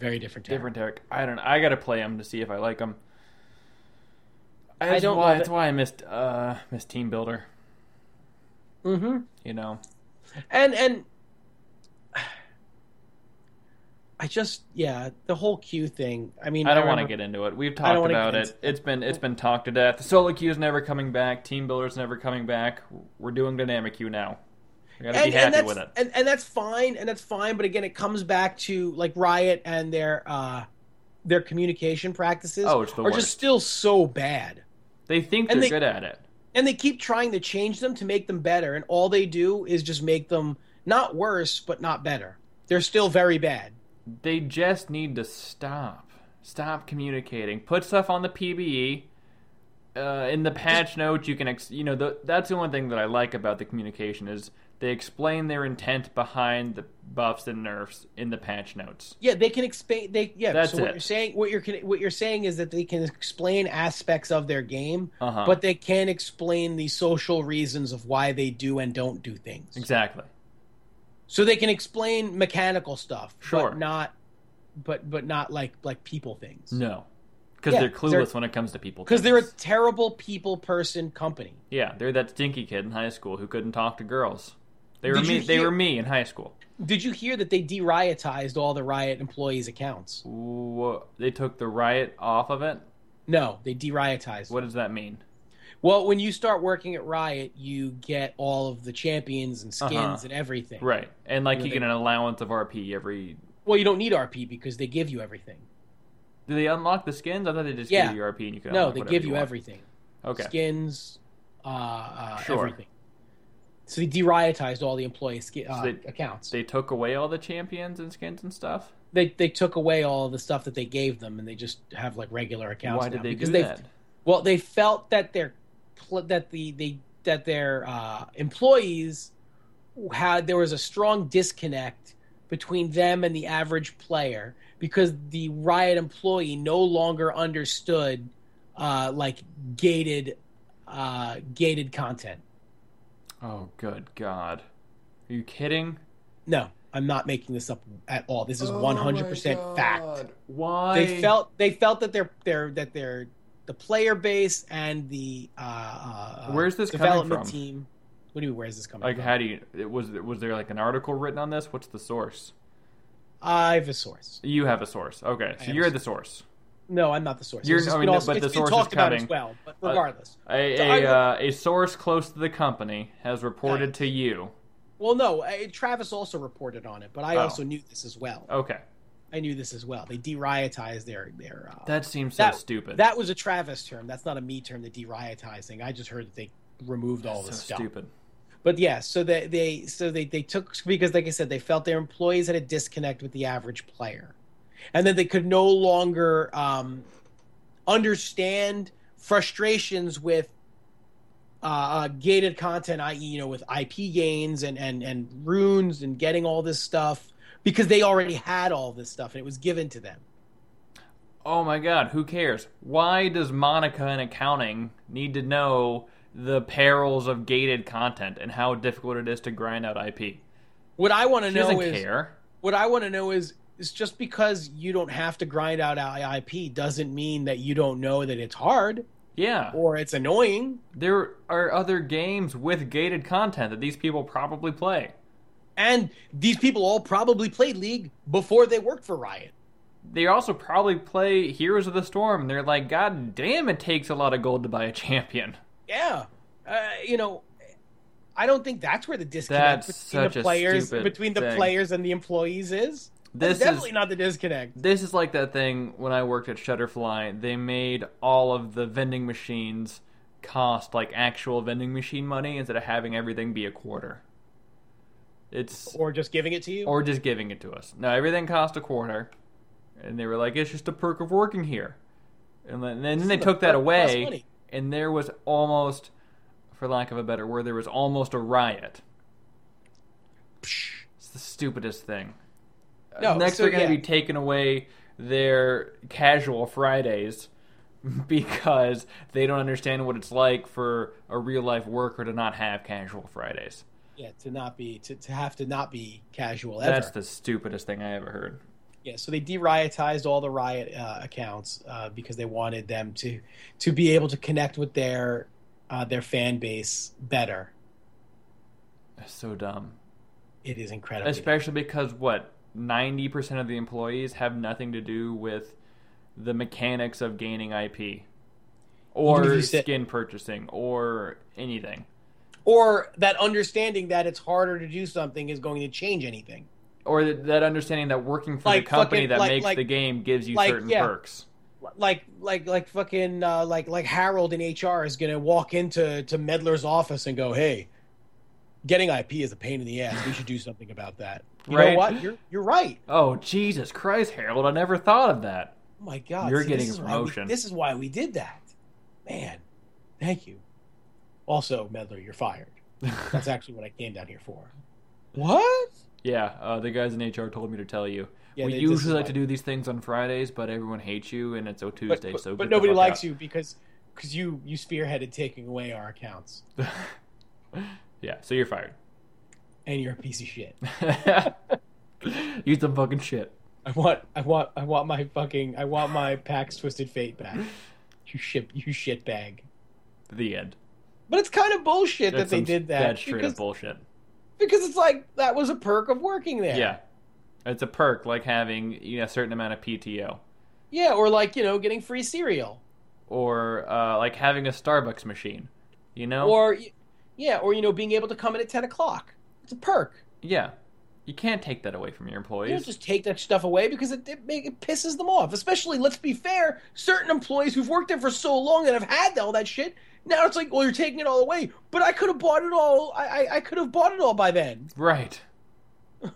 S1: Very different Tarek.
S2: different Tarek. I don't. I gotta play him to see if I like him. That's
S1: don't
S2: Why,
S1: love
S2: that's
S1: it.
S2: why I missed uh missed Team Builder.
S1: Mm-hmm.
S2: You know,
S1: And and I just yeah, the whole Q thing. I mean,
S2: I don't want to
S1: remember-
S2: get into it. We've
S1: I don't
S2: talked
S1: wanna
S2: about
S1: get
S2: it.
S1: into-
S2: It's been it's been talked to death. Solo queue is never coming back. Team Builder's never coming back. We're doing dynamic queue now. We gotta
S1: And,
S2: be
S1: and
S2: happy
S1: that's
S2: with it.
S1: and and that's fine, and that's fine. But again, it comes back to like Riot and their uh their communication practices
S2: Oh, it's the
S1: are
S2: worst.
S1: just still so bad.
S2: They think they're
S1: and they-
S2: good at it.
S1: and they keep trying to change them to make them better and all they do is just make them not worse but not better they're still very bad
S2: They just need to stop. Stop communicating. Put stuff on the PBE. Uh, in the patch notes, you can, ex- you know, the, that's the one thing that I like about the communication is they explain their intent behind the buffs and nerfs in the patch notes.
S1: yeah they can explain they yeah
S2: That's
S1: so what
S2: it.
S1: you're saying what you're what you're saying is that they can explain aspects of their game
S2: Uh-huh.
S1: but they can't explain the social reasons of why they do and don't do things
S2: Exactly.
S1: so they can explain mechanical stuff
S2: Sure.
S1: but not but but not like like people things
S2: No. because
S1: Yeah,
S2: they're clueless
S1: they're-
S2: when it comes to people.
S1: because they're a
S2: things.
S1: terrible people person company.
S2: yeah, they're that stinky kid in high school who couldn't talk to girls. They were
S1: Did you
S2: me. They
S1: hear-
S2: were me in high school.
S1: Did you hear that they de-riotized all the Riot employees' accounts?
S2: Wha- They took the riot off of it.
S1: No, they de-riotized.
S2: What does that mean?
S1: Well, when you start working at Riot, you get all of the champions and skins
S2: Uh-huh.
S1: and everything.
S2: Right, and like
S1: Yeah,
S2: you
S1: they-
S2: get an allowance of RP every.
S1: Well, you don't need RP because they give you everything.
S2: Do they unlock the skins? I thought they just
S1: Yeah.
S2: gave you RP and you could.
S1: no,
S2: unlock
S1: they
S2: whatever
S1: give you
S2: want.
S1: everything.
S2: Okay.
S1: Skins, uh, uh,
S2: Sure.
S1: everything. So they de-riotized all the employees' ski- uh,
S2: So they-
S1: accounts. They,
S2: They took away all the champions and skins and stuff.
S1: they took away all the stuff that they gave them, and they just have like regular accounts
S2: Why did
S1: now
S2: they
S1: because
S2: do
S1: they
S2: that?
S1: Well, they felt that their pl- that the they that their uh, employees had there was a strong disconnect between them and the average player because the riot employee no longer understood uh, like gated uh, gated content.
S2: Oh, good God! Are you kidding?
S1: No, I'm not making this up at all. This
S2: Oh
S1: is 100% fact.
S2: Why
S1: they felt they felt that their their that their the player base and the uh, uh,
S2: Where's this coming
S1: development
S2: from?
S1: team. What do you mean? Where's this coming
S2: like
S1: from?
S2: how do you? It was was there like an article written on this? What's the source?
S1: I have a source.
S2: You have a source. Okay,
S1: I
S2: so
S1: have
S2: you're
S1: a
S2: the source.
S1: No, I'm not the source.
S2: You're-
S1: It's just
S2: I mean,
S1: been
S2: no,
S1: also-
S2: but
S1: it's
S2: the
S1: been
S2: source is
S1: talked about as
S2: coming.
S1: well. But
S2: Uh,
S1: regardless,
S2: A
S1: So
S2: a,
S1: I-
S2: uh, a source close to the company has reported to you.
S1: well, no, I, Travis also reported on it, but I
S2: Oh.
S1: also knew this as well.
S2: Okay,
S1: I knew this as well. They de-riotized their their. Uh,
S2: that seems so
S1: That-
S2: stupid.
S1: that was a Travis term. That's not a me term. The de-riotizing. I just heard that they removed all
S2: so
S1: the stuff.
S2: stupid.
S1: but yeah so they, they so they, they took because like i said they felt their employees had a disconnect with the average player and that they could no longer um, understand frustrations with uh, uh, gated content i.e you know with ip gains and, and and runes and getting all this stuff because they already had all this stuff and it was given to them
S2: Oh my God, who cares? Why does Monica in accounting need to know the perils of gated content and how difficult it is to grind out IP?
S1: what i want to
S2: She
S1: know
S2: doesn't
S1: is
S2: care.
S1: what I want to know is is just because you don't have to grind out IP doesn't mean that you don't know that it's hard
S2: Yeah.
S1: or it's annoying.
S2: There are other games with gated content that these people probably play.
S1: And these people all probably played League before they worked for Riot.
S2: They also probably play Heroes of the Storm. They're like, God damn, it takes a lot of gold to buy a champion.
S1: Yeah, uh, you know, I don't think that's where the disconnect
S2: That's
S1: between
S2: such
S1: the
S2: a
S1: players
S2: stupid
S1: between the
S2: thing.
S1: players and the employees is. That's
S2: This
S1: definitely
S2: is
S1: not the disconnect.
S2: this is like that thing when I worked at Shutterfly. They made all of the vending machines cost like actual vending machine money instead of having everything be a quarter. It's
S1: Or just giving it to you.
S2: or just giving it to us. No, everything cost a quarter, and they were like, "It's just a perk of working here." And then, then they
S1: is a
S2: took
S1: perk
S2: that
S1: of less
S2: away,
S1: money.
S2: and there was almost, for lack of a better word, there was almost a riot.
S1: Psh.
S2: It's the stupidest thing.
S1: No,
S2: Next,
S1: so,
S2: they're going
S1: yeah.
S2: to be taking away their casual Fridays because they don't understand what it's like for a real life worker to not have casual Fridays.
S1: Yeah, to not be to, to have to not be casual ever.
S2: That's the stupidest thing I ever heard.
S1: Yeah, so they de-riotized all the riot uh, accounts uh, because they wanted them to to be able to connect with their uh, their fan base better.
S2: It's so dumb.
S1: It is incredible.
S2: Especially because what ninety percent of the employees have nothing to do with the mechanics of gaining IP
S1: Even if
S2: or
S1: you said-
S2: skin purchasing or anything.
S1: or that understanding that it's harder to do something is going to change anything.
S2: or that, that understanding that working for
S1: Like
S2: the company
S1: fucking-
S2: that
S1: like-
S2: makes
S1: like-
S2: the game gives you
S1: like,
S2: certain
S1: yeah.
S2: perks.
S1: Like like like fucking uh, like like Harold in HR is going to walk into to Medler's office and go, "Hey, getting IP is a pain in the ass. We should do something about that." You know
S2: Right.
S1: what? You're you're right.
S2: Oh Jesus Christ, Harold! I never thought of that.
S1: Oh my god!
S2: You're
S1: see,
S2: getting
S1: this
S2: a
S1: is why we-
S2: promotion.
S1: this is why we did that, man. Thank you. Also, Medler, you're fired. That's actually what I came down here for. What?
S2: Yeah, uh, the guys in HR told me to tell you.
S1: Yeah,
S2: we
S1: they- this
S2: usually
S1: is
S2: like
S1: why-
S2: to do these things on Fridays, but everyone hates you, and it's a
S1: But,
S2: Tuesday,
S1: but-
S2: so.
S1: but nobody likes you because because you you spearheaded taking away our accounts,
S2: you. yeah, so you're fired.
S1: and you're a piece of shit.
S2: Use some fucking shit.
S1: I want, I want, I want my fucking, I want my Pax Twisted Fate back. You ship, you shit bag.
S2: The end.
S1: But it's kind of bullshit that
S2: That's
S1: they
S2: some-
S1: did that
S2: That's straight
S1: because,
S2: up bullshit.
S1: because it's like that was a perk of working there.
S2: Yeah. It's a perk like having you know, a certain amount of PTO
S1: yeah, or like you know getting free cereal,
S2: or uh, like having a Starbucks machine. You know?
S1: or yeah, or you know being able to come in at ten o'clock. It's a perk.
S2: yeah. You can't take that away from your
S1: You don't
S2: employees.
S1: just take that stuff away because it it, make, it pisses them off. Especially, let's be fair, certain employees who've worked there for so long that have had all that shit. Now it's like, well, you're taking it all away, but I could have bought it all. I I, I could have bought it all by then.
S2: Right. Oh.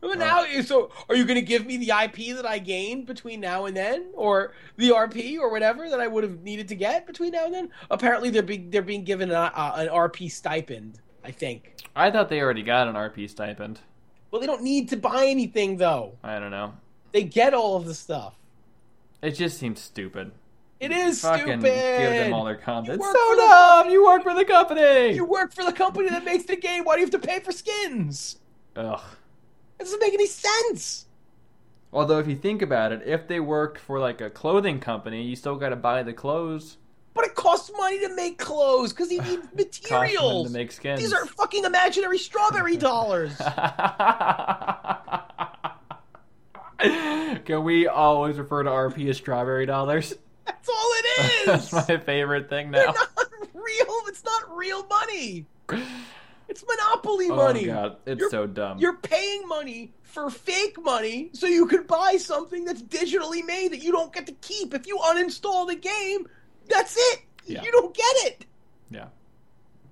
S1: But now, so are you going to give me the IP that I gained between now and then, or the RP or whatever that I would have needed to get between now and then? Apparently, they're being they're being given an, uh, an RP stipend. I think.
S2: I thought they already got an RP stipend.
S1: Well, they don't need to buy anything though.
S2: I don't know.
S1: They get all of the stuff.
S2: It just seems stupid.
S1: It is
S2: Fucking
S1: stupid.
S2: give them all their comp.
S1: You
S2: It's
S1: work
S2: so
S1: for the-
S2: dumb. You work for the company.
S1: You work for the company that makes the game. Why do you have to pay for skins?
S2: Ugh.
S1: It doesn't make any sense.
S2: Although, if you think about it, if they worked for like a clothing company, you still got to buy the clothes.
S1: But it costs money to make clothes because you need
S2: cost them
S1: materials.
S2: to make skins.
S1: These are fucking imaginary strawberry dollars.
S2: Can we always refer to RP as strawberry dollars?
S1: That's all it is.
S2: That's my favorite thing
S1: They're
S2: now.
S1: not real. It's not real money. It's monopoly
S2: oh
S1: money.
S2: god, it's
S1: You're-
S2: so dumb.
S1: You're paying money for fake money so you can buy something that's digitally made that you don't get to keep. If you uninstall the game, that's it.
S2: Yeah.
S1: You don't get it.
S2: Yeah,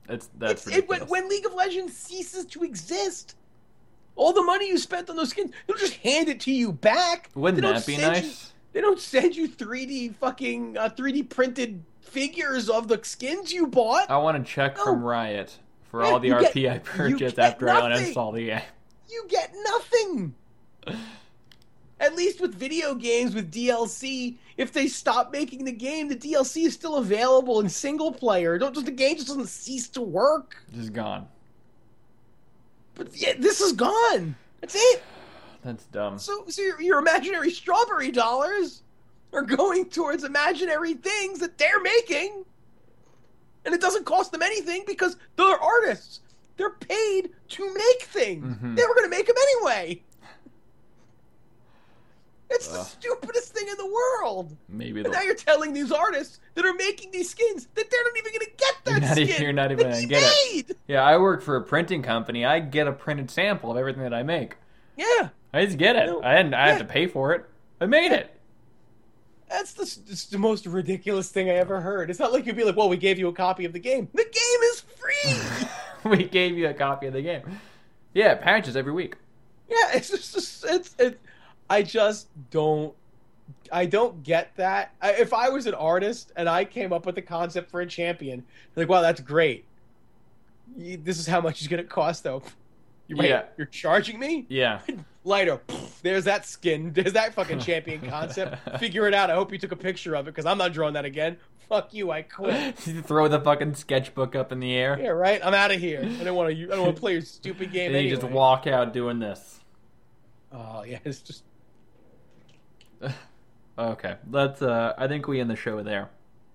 S2: it's that's
S1: it's, it, when,
S2: ridiculous.
S1: when League of Legends ceases to exist, all the money you spent on those skins, they'll just hand it to you back.
S2: Wouldn't
S1: They don't
S2: that be
S1: send you-
S2: nice?
S1: they don't send you 3D fucking uh, 3D printed figures of the skins you bought.
S2: I want to check
S1: No.
S2: from Riot for
S1: Yeah,
S2: all the
S1: you get-
S2: RP I purchased
S1: get
S2: after I
S1: nothing.
S2: uninstall the game.
S1: You get nothing. At least with video games with DLC, if they stop making the game, the DLC is still available in single player. Don't just the game just doesn't cease to work.
S2: Just gone.
S1: But yeah, this is gone. That's it.
S2: That's dumb.
S1: So, so your, your imaginary strawberry dollars are going towards imaginary things that they're making, and it doesn't cost them anything because they're artists. They're paid to make things.
S2: Mhm.
S1: They were going to make them anyway. It's the
S2: Ugh.
S1: stupidest thing in the world.
S2: Maybe
S1: And now
S2: they'll-
S1: you're telling these artists that are making these skins that they're not even going to get
S2: You're
S1: that
S2: not e-
S1: skin.
S2: you're not even
S1: that
S2: gonna
S1: he
S2: get it.
S1: made.
S2: yeah, I work for a printing company. I get a printed sample of everything that I make.
S1: Yeah.
S2: I just get it.
S1: No.
S2: I didn't. I have
S1: Yeah.
S2: to pay for it. I made it.
S1: That's the, it's the most ridiculous thing I ever heard. It's not like you'd be like, well, we gave you a copy of the game. The game is free!
S2: we gave you a copy of the game. Yeah, patches every week.
S1: yeah, it's just, it's, it's, it, I just don't, I don't get that. I, if I was an artist and I came up with the concept for a champion, like, wow, that's great. You, this is how much it's going to cost, though. You, wait,
S2: Yeah.
S1: You're charging me?
S2: Yeah.
S1: Lighter. Pff, There's that skin. There's that fucking champion concept. Figure it out. I hope you took a picture of it because I'm not drawing that again. Fuck you. I quit.
S2: Throw the fucking sketchbook up in the air,
S1: Yeah, right. I'm out of here. I don't want to. I don't want to play your stupid game.
S2: and you
S1: anyway.
S2: just walk out doing this.
S1: Oh yeah, it's just.
S2: Okay, let's. Uh, I think we end the show there.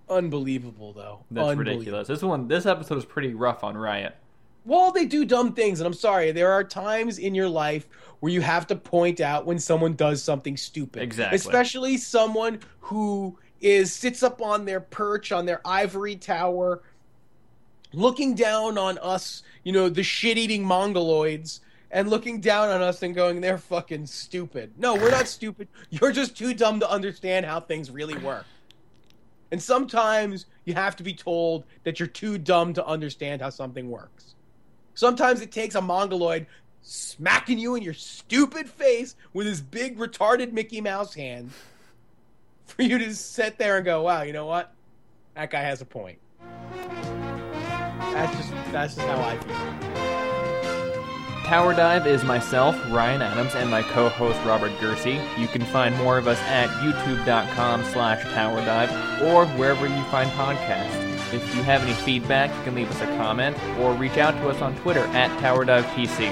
S1: Unbelievable, though.
S2: That's
S1: Unbelievable.
S2: ridiculous. This one, this episode is pretty rough on Riot.
S1: Well, they do dumb things, and I'm sorry. There are times in your life where you have to point out when someone does something stupid.
S2: Exactly.
S1: Especially someone who is sits up on their perch on their ivory tower, looking down on us. You know, the shit-eating mongoloids. And looking down on us and going, they're fucking stupid. No, we're not stupid. You're just too dumb to understand how things really work. And sometimes you have to be told that you're too dumb to understand how something works. Sometimes it takes a mongoloid smacking you in your stupid face with his big retarded Mickey Mouse hand for you to sit there and go, "Wow, you know what? That guy has a point." That's just that's just how I feel.
S2: Tower Dive is myself, Ryan Adams, and my co-host Robert Gersey. You can find more of us at youtube.com slash tower dive or wherever you find podcasts. If you have any feedback, you can leave us a comment or reach out to us on Twitter at Tower Dive PC.